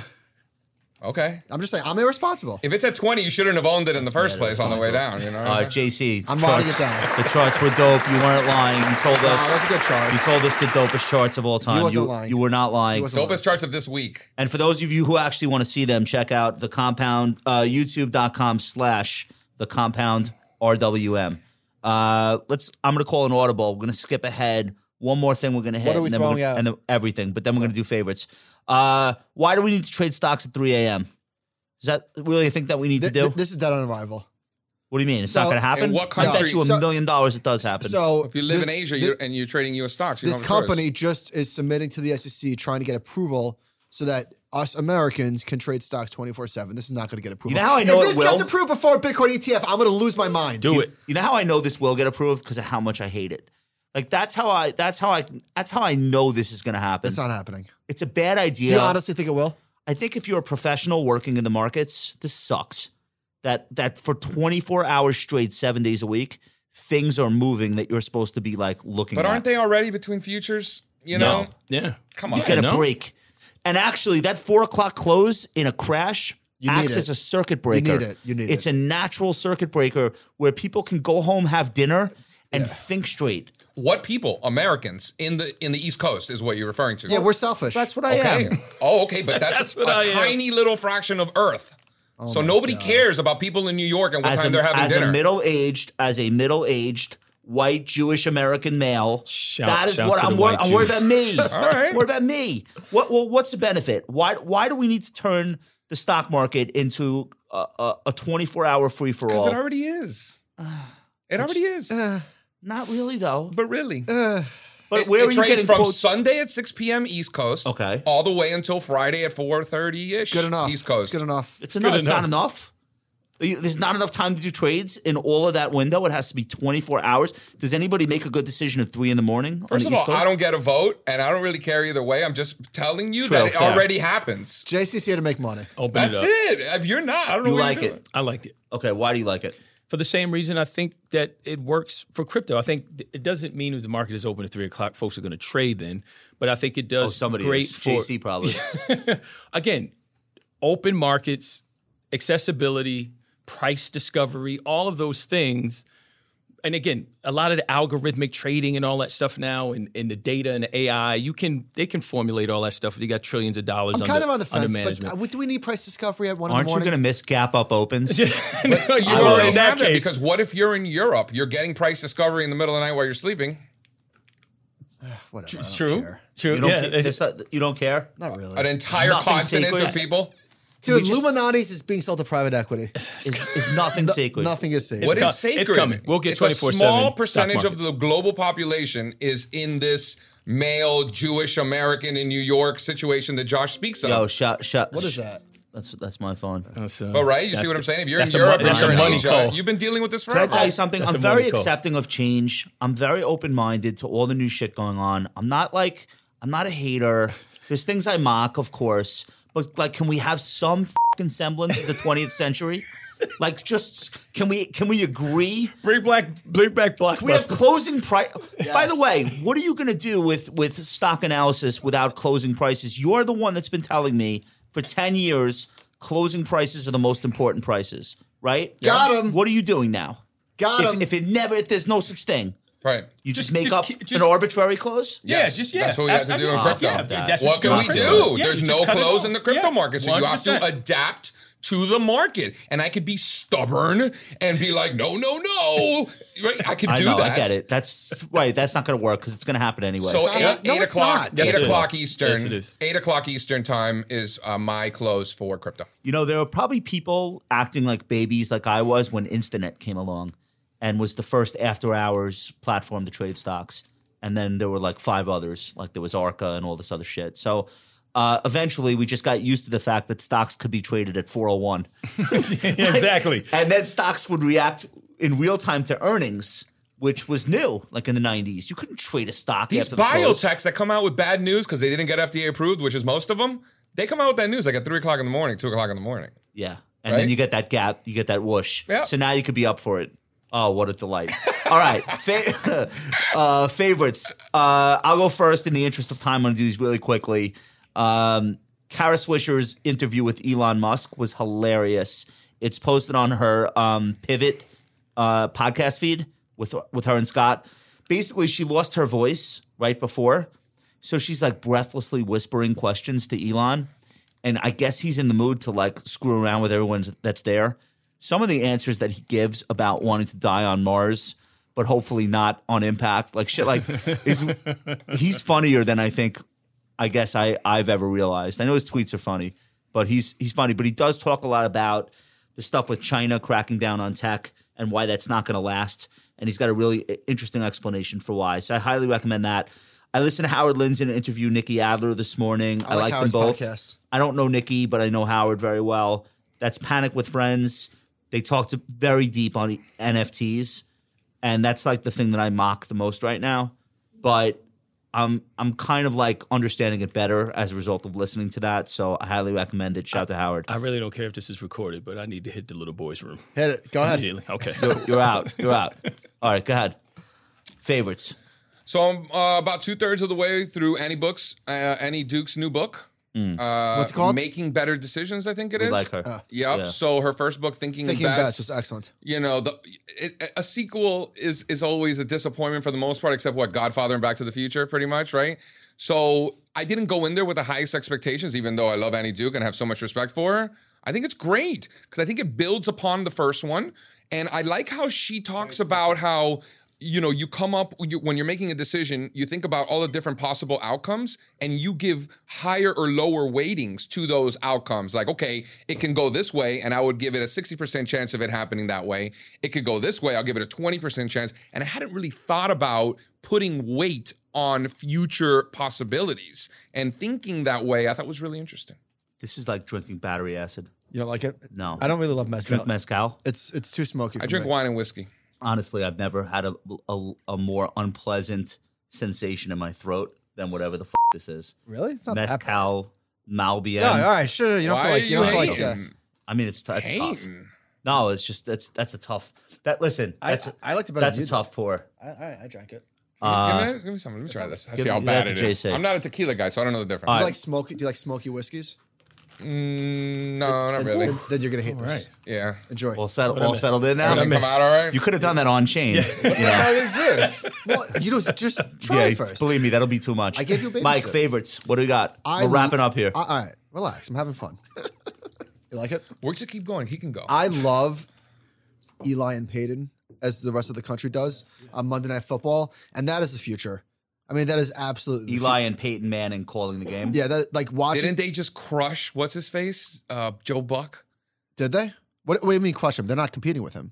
D: okay.
A: I'm just saying, I'm irresponsible.
D: If it's at 20, you shouldn't have owned it in the first place on the way down. You know what
B: Uh,
D: I'm saying?
B: JC,
A: I'm
B: charts-
A: writing it down.
B: The charts were dope. You weren't lying. You told
A: Nah,
B: us
A: that's a good chart.
B: You told us the dopest charts of all time.
A: wasn't
B: you,
A: lying.
B: you were not lying.
A: wasn't
D: Dopest charts of this week.
B: And for those of you who actually want to see them, check out the compound, uh, youtube.com slash the compound RWM. Uh, let's, I'm going to call an audible. We're going to skip ahead. One more thing we're going to hit.
A: are we
B: and then we're
A: throwing
B: gonna-
A: out?
B: And then everything, but then we're going to do favorites. Uh, why do we need to trade stocks at 3 a.m.? Is that really a thing that we need
A: Th-
B: to do?
A: th- this is dead on arrival.
B: what do you mean? It's
A: So-
B: not going to happen?
D: In what
B: I
D: country-
B: bet you a
A: So-
B: million dollars it does happen.
A: So
D: If you live
A: this-
D: in Asia
A: thi-
D: you're, and you're trading U.S. stocks, you
A: this
D: don't have a choice.
A: company just is submitting to the SEC trying to get approval so that us Americans can trade stocks 24 7. This is not going to get approval.
B: You know how I know
A: if
B: it
A: this
B: will?
A: gets approved before Bitcoin ETF, I'm going to lose my mind.
E: do it.
B: You know how I know this will get approved because of how much I hate it. Like that's how I that's how I that's how I know this is going to happen.
A: That's not happening.
B: it's a bad
A: Do
B: idea.
A: you honestly think it will?
B: I think if you're a professional working in the markets, this sucks. That that for 24 hours straight, seven days a week, things are moving that you're supposed to be like looking.
D: But
B: at.
D: aren't they already between futures? You know?
E: Yeah.
D: Come on.
E: Yeah,
B: Get a
E: no.
B: break. And actually, that four o'clock close in a crash
A: You need
B: acts
A: it.
B: as a circuit breaker.
A: need it. You need
B: it's
A: it.
B: a natural circuit breaker where people can go home, have dinner, and think straight.
D: What people? Americans in the in the East Coast is what you're referring to.
A: Yeah, we're selfish.
B: That's what I
D: okay.
B: am.
D: Oh, okay, but that's,
E: That's what I
D: a
E: am.
D: tiny little fraction of Earth.
A: Oh
D: so nobody cares about people in New York and what
B: as
D: time
B: a,
D: they're having
B: as
D: dinner.
B: a middle-aged as a middle-aged white Jewish American male.
E: Shout-
B: that is
E: shout
B: what
E: to the
B: I'm worried.
E: white
B: I'm worried
E: Jew.
B: about me. All
D: right.
B: worried about me. What? Well, what's the benefit? Why? Why do we need to turn the stock market into a, a, a 24-hour
D: Because
B: free-for-all?
D: it already is. It already is.
A: uh,
B: Not really, though.
D: but really,
B: But
D: it,
B: where
D: it
B: are you
D: trades
B: getting
D: from
B: quotes?
D: Sunday at 6 p.m. East Coast,
B: Okay.
D: all the way until Friday at 4:30 ish.
A: good enough.
D: East Coast.
A: It's good enough.
B: it's enough.
E: good
B: It's not enough. You- There's not enough time to do trades in all of that window. It has to be 24 hours. Does anybody make a good decision at three in the morning?
D: First
B: on
D: of
B: the
D: all,
B: East Coast?
D: I don't get a vote, and I don't really care either way. I'm just telling you
B: True,
D: that it
B: fair.
D: already happens.
A: JC's here to make money.
E: Open
D: That's
E: it up.
D: it. If you're not, I don't know
B: You
D: what
B: like
D: you're doing.
B: it?
E: I liked it.
B: Okay. Why do you like it?
E: for the same reason I think that it works for crypto. I think th- it doesn't mean if the market is open at three o'clock, folks are going to trade then. But I think it does.
B: Oh, somebody
E: great
B: is.
E: for
B: JC probably.
E: again, open markets, accessibility, price discovery, all of those things. And again, a lot of the algorithmic trading and all that stuff now, and, and the data and the AI, you can they can formulate all that stuff. You got trillions of dollars.
A: I'm
E: under,
A: kind of on the fence,
E: under
A: but
E: management.
A: uh, what- do we need price discovery at one in
B: Aren't
A: the
B: you
A: morning?
B: going to miss Gap Up opens?
E: No, you
D: You
B: will.
D: already
E: already
B: In
E: have
D: have
E: that
D: it
E: case.
D: because what if you're in Europe? You're getting price discovery in the middle of the night while you're sleeping.
A: Whatever. I
E: It's
A: don't
E: true.
A: care.
E: True.
B: You don't,
E: yeah,
B: ca-
E: it's-
B: it's not- you don't care?
A: Not
D: An
A: really.
D: entire
B: Nothing
D: continent
B: sacred.
D: of people.
A: Dude, Luminati's is being sold to private equity.
B: It's, it's nothing sacred.
A: Nothing is safe.
D: What
E: com-
D: is
E: it's
D: sacred?
E: coming. We'll get
D: It's a
E: 24/7
D: small
E: stock
D: percentage of
E: markets.
D: the global population is in this male Jewish American in New York situation that Josh speaks of.
B: Yo, shut, shut.
A: What is that?
B: That's that's my phone. Can
E: that's, uh,
D: but right, you see
E: that's
D: what I'm
E: the-
D: saying? If you're in
E: that's a
D: Europe
E: mon-
D: and
E: that's a
D: you're in
E: money
D: Asia,
E: call.
D: you've been dealing with this
B: I
D: forever.
B: tell you something?
E: That's
B: I'm
E: a morning
B: very
E: call.
B: accepting of change. I'm very open minded to all the new shit going on. I'm not like I'm not a hater. There's things I mock, of course, but like, can we have some fucking semblance of the 20th century? Like, just can we can we agree?
E: Bring black, bring back blockbuster.
B: We have closing price. By the way, what are you going to do with with stock analysis without closing prices? You're the one that's been telling me for ten years closing prices are the most important prices, right?
A: Got 'em.
B: What are you doing now?
A: Got
B: if,
A: him.
B: if it never, if there's no such thing,
D: Right.
B: you just,
E: Just-
B: make
E: just
B: up
E: keep- just-
B: an arbitrary close.
E: Yeah,
D: Yes,
E: just yeah.
D: that's what we have to
E: Abs-
D: do in
E: yeah,
D: crypto.
E: Ah, Yeah,
B: What
E: that's
D: what
E: you
D: can we
E: have
B: Nothing.
E: to
D: do?
E: Yeah,
D: There's
E: you
D: no
E: just cut it
D: close
E: off.
D: in the crypto
E: Yeah,
D: market, so you have to
E: 100%.
D: adapt to the market. And I could be stubborn and be like, no, no, no. Right? I could
B: I
D: do
B: know,
D: that.
B: I get it. That's right. That's not going to work because it's going to happen anyway.
D: So
A: not
D: eight,
A: a- no,
D: eight
A: it's
D: o'clock,
A: not. Yes,
D: eight
E: it is.
D: o'clock Eastern,
E: Yes, it is.
D: eight o'clock Eastern time is uh, my close for crypto.
B: you know, there were probably people acting like babies, like I was when Instanet came along, and was the first after hours platform to trade stocks. And then there were like five others, like there was Arca and all this other shit. So. Uh, eventually, we just got used to the fact that stocks could be traded at 401.
E: Yeah, exactly.
B: and then stocks would react in real time to earnings, which was new, like in the '90s. You couldn't trade a stock.
D: These
B: after the close.
D: biotechs that come out with bad news because they didn't get FDA approved, which is most of them, they come out with that news like at three o'clock in the morning, two o'clock in the morning.
B: yeah, and
D: Right?
B: then you get that gap, you get that whoosh.
D: Yeah.
B: So now you could be up for it. Oh, what a delight! All right, Fa- uh, favorites. Uh, I'll go first in the interest of time. I'm gonna do these really quickly. Um, Kara Swisher's interview with Elon Musk was hilarious. It's posted on her um, Pivot uh, podcast feed with with her and Scott. Basically, she lost her voice right before, so she's like breathlessly whispering questions to Elon, and I guess he's in the mood to like screw around with everyone that's there. Some of the answers that he gives about wanting to die on Mars, but hopefully not on impact, like shit, like is, he's funnier than I think I guess I I've ever realized. I know his tweets are funny, but he's he's funny. But he does talk a lot about the stuff with China cracking down on tech and why that's not going to last. And he's got a really i- interesting explanation for why. So I highly recommend that. I listened to Howard Lindzen interview Nikki Adler this morning. I,
A: like
B: like
A: Howard's
B: them both.
A: podcast.
B: I don't know Nikki, but I know Howard very well. That's Panic with Friends. They talked very deep on E NFTs, and that's like the thing that I mock the most right now. But I'm I'm kind of like understanding it better as a result of listening to that. So I highly recommend it. Shout out to Howard.
E: I really don't care if this is recorded, but I need to hit the little boys' room
A: Hit it. Go ahead.
E: immediately. Okay.
B: You're out. You're out. All right, go ahead. Favorites.
D: So I'm uh, about two thirds of the way through Annie Books, uh, Annie Duke's new book. Uh,
A: Hmm. What's it called?
D: Making Better Decisions, I think it is.
B: We like her.
A: Uh,
D: Yep.
B: Yeah.
D: So her first book, Thinking,
A: Thinking
D: Bats,
A: bets is excellent.
D: you know, the it, a sequel is is always a disappointment for the most part, except what Godfather and Back to the Future, pretty much, right? So I didn't go in there with the highest expectations, even though I love Annie Duke and have so much respect for her. I think it's great because I think it builds upon the first one, and I like how she talks about how you know you come up you, when you're making a decision you think about all the different possible outcomes and you give higher or lower weightings to those outcomes like okay it can go this way and i would give it a 60% chance of it happening that way it could go this way i'll give it a 20% chance and i hadn't really thought about putting weight on future possibilities and thinking that way i thought was really interesting
B: This is like drinking battery acid.
A: You don't like it?
B: No.
A: I don't really love mezcal.
B: Drink mezcal.
A: It's it's too smoky.
D: i drink
A: me.
D: wine and whiskey
B: Honestly, I've never had a, a, a more unpleasant sensation in my throat than whatever the f- this is.
A: Really? It's not that bad.
B: Mezcal, Malbien.
A: No, all right, sure. You don't
D: Why
A: have to like.
D: are
A: You don't have to like.
D: hating?
A: Yes.
B: I mean, it's, t- it's tough.
D: Hating.
B: No, it's just that's that's a tough. That listen,
A: I,
B: that's
A: I liked it better.
B: that's
A: than
B: a
A: you
B: tough pour.
A: did. I, I, I drank it.
B: Uh,
D: give, me, give me some. Let me try this. I
B: give
D: see how
B: me-
D: bad
B: that's
D: it
B: what Jay
D: is.
B: said.
D: I'm not a tequila guy, so I don't know the difference.
A: Do
B: All
A: you
B: right.
A: like smoky? Do you like smoky whiskeys?
D: Mm, no, not
A: Then-
D: really.
A: Then, then you're gonna hate this.
E: right.
D: Yeah.
A: Enjoy.
B: all settled,
E: I
B: all
E: miss?
B: settled in now.
E: What I
D: Everything come out all right?
B: You could have done that on chain.
D: What the hell is this?
A: well, you know, just try
B: Yeah,
A: first.
B: believe me, that'll be too much.
A: I gave you a baby
B: Mike
A: sip.
B: favorites. What do we got?
A: I
B: We're
A: lo-
B: wrapping up here.
A: I- all right, relax. I'm having fun. you like it?
D: We're just keep going. He can go.
A: I love Eli and Peyton as the rest of the country does on Monday Night Football, and that is the future. I mean, that is absolutely the
B: Eli and Peyton Manning calling the game.
A: fu- Yeah, that like watching.
D: Didn't they just crush what's his face? Uh, Joe Buck.
A: did they? What, what do you mean? Crush him? They're not competing with him.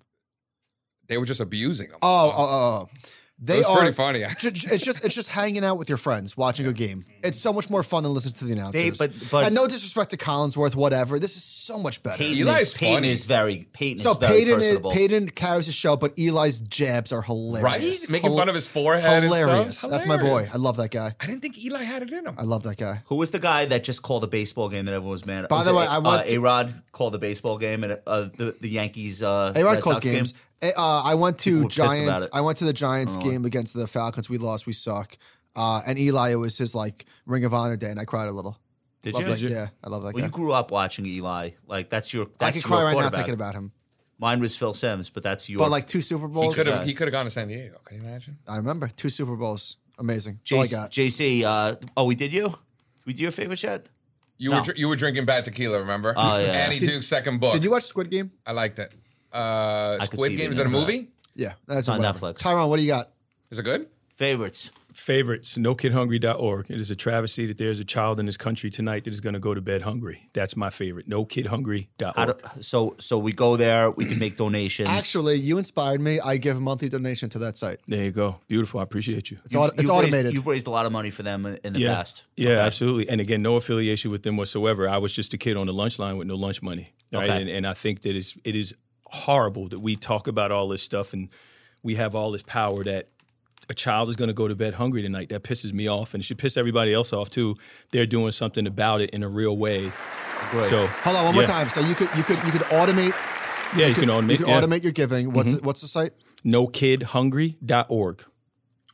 D: They were just abusing him.
A: Oh, oh, oh, oh.
D: it
A: they
D: was
A: are.
D: pretty funny.
A: ju- ju- It's just it's just hanging out with your friends, watching a game. It's so much more fun than listening to the
B: They,
A: announcers.
B: but but
A: and no disrespect to Collinsworth, whatever. This is so much better.
B: Peyton,
D: Eli's
B: is, Peyton
D: funny.
B: is very Peyton
A: so
B: is very
A: Peyton is
B: personable.
A: Peyton carries the show, but Eli's jabs are hilarious.
D: Right? Making
A: Hil-
D: fun of his forehead. and stuff.
A: Hilarious. That's my boy.
D: Hilarious.
A: I love that guy.
D: I didn't think Eli had it in him.
A: I love that guy.
B: Who was the guy that just called a baseball game that everyone was mad at?
A: By
B: Was
A: the
B: it,
A: way, I want
B: uh,
A: to-
B: A Rod called the baseball game and uh, the the Yankees. Uh,
A: A Rod
B: Red
A: calls
B: Sox game.
A: games. Eh, Uh, I went to
B: People were pissed about
A: Giants.
B: it. Uh-huh.
A: I went to the Giants
B: I don't know
A: game against the Falcons. We lost. We suck. Uh, and Eli, it was his like Ring of Honor day, and I cried a little.
B: Did
A: Love
B: you?
A: that- Yeah, I love that
B: Well,
A: guy.
B: you grew up watching Eli. Like that's your.
A: I
B: That's
A: could
B: your
A: cry right now
B: quarterback.
A: thinking about him.
B: Mine was Phil Simms, but that's your.
A: But like two Super
D: He
A: Bowls.
D: could have
B: uh,
D: he could have gone to San Diego. Can you imagine?
A: I remember two Super Bowls. Amazing. That's all I
B: JC.
A: got.
B: JC uh, oh, we did you. We do your favorite yet?
D: You
B: No.
D: were dr- you were drinking bad tequila, remember?
B: Oh, yeah.
D: Annie
A: Did-
D: Duke's second book.
A: Did you watch Squid Game?
D: I liked it. Uh,
B: could see
D: Squid
B: you
D: Game is it a
B: into that.
D: movie?
A: Yeah, that's
B: on
A: whatever.
B: Netflix.
A: Tyron, what do you got?
D: Is it good?
B: Favorites.
E: Favorites, nokidhungry.org. It is a travesty that there's a child in this country tonight that is going to go to bed hungry. That's my favorite.
B: How do,
E: Nokidhungry.org.
B: so so we go there. We can make donations.
A: Actually, you inspired me. I give a monthly donation to that site.
E: There you go. Beautiful. I appreciate you.
A: It's, au- it's automated.
B: Raised, you've raised a lot of money for them in in the
E: yeah.
B: past.
E: Yeah,
B: Okay.
E: absolutely. And again, no affiliation with them whatsoever. I was just a kid on the lunch line with no lunch money. Right.
B: Okay.
E: And, and I think that it's, it is horrible that we talk about all this stuff and we have all this power that a child is going to go to bed hungry tonight. That pisses me off. And it should piss everybody else off too. They're doing something about it in a real way. So,
A: Hold on, one more
E: Yeah.
A: time. So you could you could you could automate
E: yeah, you, can automate.
A: you could
E: yeah. Mm-hmm.
A: automate your giving. What's it- what's the site?
E: nokidhungry.org.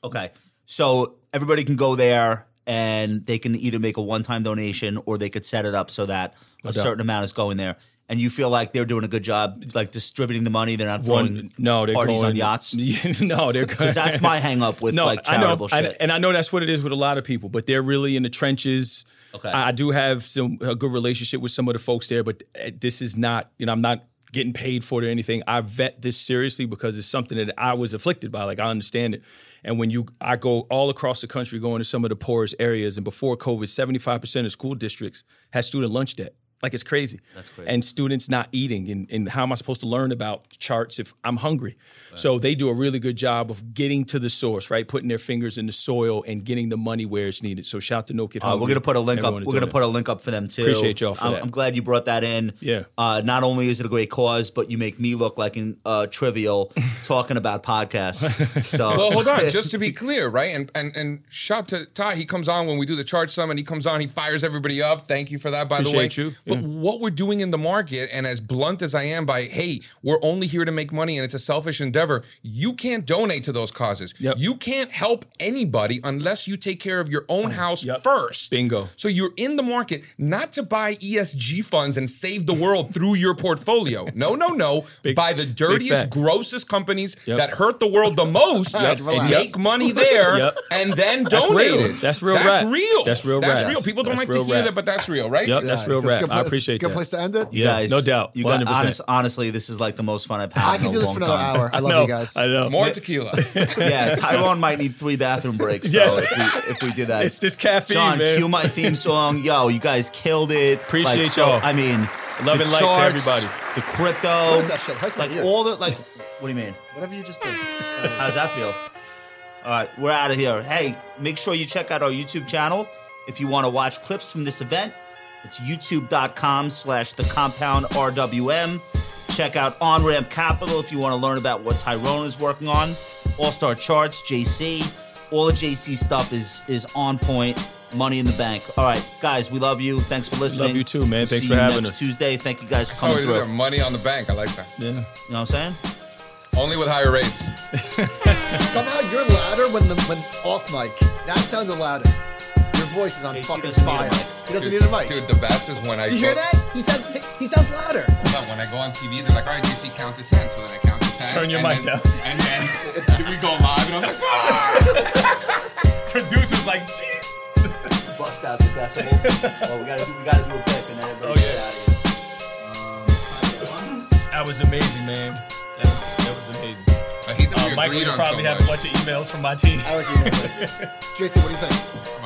B: Okay. So everybody can go there and they can either make a one time donation or they could set it up so that a certain amount is going there. And you feel like they're doing a good job, like distributing the money. They're not throwing
E: One, no, they're
B: parties
E: going,
B: on yachts.
E: Yeah, no, they're going.
B: Because that's my hang up with like
E: I know,
B: charitable
E: I-
B: shit.
E: and I know that's what it is with a lot of people, but they're really in the trenches.
B: Okay.
E: I, I do have some a good relationship with some of the folks there, but uh, this is not, you know, I'm not getting paid for it or anything. I vet this seriously because it's something that I was afflicted by. Like I understand it. And when you I go all across the country going to some of the poorest areas, and before COVID, 75% of school districts had student lunch debt. Like it's crazy. That's
B: crazy.
E: And students not eating. And, and how am I supposed to learn about charts if I'm hungry? So they do a really good job of getting to the source, right? Putting their fingers in the soil and getting the money where it's needed. So shout to No Kid
B: Uh,
E: Hungry.
B: we're gonna put a link
E: Everyone
B: up.
E: to
B: We're gonna
E: donate.
B: put a link up for them too.
E: Appreciate y'all for
B: I'm,
E: that.
B: I'm glad you brought that in.
E: Yeah.
B: Uh, not only is it a great cause, but you make me look like an uh, trivial talking about podcasts. So
D: Well,
E: Oh.
D: hold on. Just to be clear, right? And and and shout to Ty. He comes on when we do the charge summit. He comes on. He fires everybody up. Thank you for that, by
E: Appreciate
D: the way.
E: you.
D: But what we're doing in the market, and as blunt as I am by, hey, we're only here to make money, and it's a selfish endeavor. You can't donate to those causes.
E: Yep.
D: You can't help anybody unless you take care of your own house
E: Oh, Yep.
D: first.
E: Bingo.
D: So you're in the market not to buy ESG funds and save the world through your portfolio. No, no, no. Buy the dirtiest,
E: facts.
D: grossest companies
E: Yep.
D: that hurt the world the most
A: Yep.
D: and
A: Relax.
D: make money there
E: Yep.
D: and then
E: That's
D: donate
E: real.
D: it.
E: That's real
D: That's
E: rap.
D: real.
E: That's real
D: That's
E: rap.
D: real. People don't
E: That's
D: like to
E: real
D: hear
E: rap.
D: that, but that's real, right?
E: Yep, that's
A: Yeah,
E: real
A: that's a
E: rap.
A: good
E: I
A: place-
E: appreciate
A: Good
E: that.
A: place to end it.
E: Yeah, no doubt.
B: You guys,
E: 100%.
B: honest, honestly, this is like the most fun I've had.
A: I
B: in
A: could
B: a
A: do this
B: long
A: for another
B: time.
A: hour. I love
E: No,
A: you guys.
E: I know.
D: More tequila.
B: Yeah, Tyrone might need three bathroom breaks though,
E: Yes.
B: if, we, if we do that.
E: It's this caffeine,
B: John,
E: man.
B: cue my theme song. Yo, you guys killed it.
E: Appreciate
B: Like, so,
E: y'all.
B: I mean,
E: Love
B: the
E: and light to
B: charts,
E: everybody.
B: The crypto.
A: What is that shit? Hurts my
B: Like
A: ears.
B: all the like. What do you mean?
A: Whatever you just did.
B: How does that feel? All right, we're out of here. Hey, make sure you check out our YouTube channel if you want to watch clips from this event. It's youtube.com slash the compound RWM. Check out On Ramp Capital if you want to learn about what Tyrone is working on. All Star Charts, JC. All the JC stuff is is on point. Money in the bank. All right, guys, we love you. Thanks for listening.
E: you too, man.
B: We'll
E: Thanks
B: see
E: for
B: you
E: having
B: next
E: us.
B: Tuesday. Thank you guys for
D: Oh,
B: coming
D: it
B: through.
D: is. money on the bank. I like that.
E: Yeah.
B: You know what I'm saying?
D: Only with higher rates.
A: Somehow you're louder when the when off mic. That sounded louder. Your voice is on
B: Casey
A: fucking
B: doesn't need a
A: fire.
B: mic.
A: He doesn't
D: dude,
A: need a mic.
D: Dude, the best is when I
A: Do you hear
D: go-
A: that? He sounds he sounds louder.
D: Hold on, when I go on TV, they're like, all right, JC, count to 10. So then I count to 10.
E: Turn your
D: and
E: mic
D: then-
E: down.
D: And then we go live, and I'm like, ah!
E: Producers like, Jesus.
B: bust out the decimals. well, we gotta do, we gotta do a pick, and then everybody
E: Oh,
B: get
E: yeah.
B: out of here.
A: Um,
E: That was amazing, man. That, that was amazing.
D: I hate that we
E: Uh, Michael,
D: agreed
E: you
D: on so
E: probably have
D: much.
E: a bunch of emails from my team.
A: I reckon. you know that. Jason, what do you think?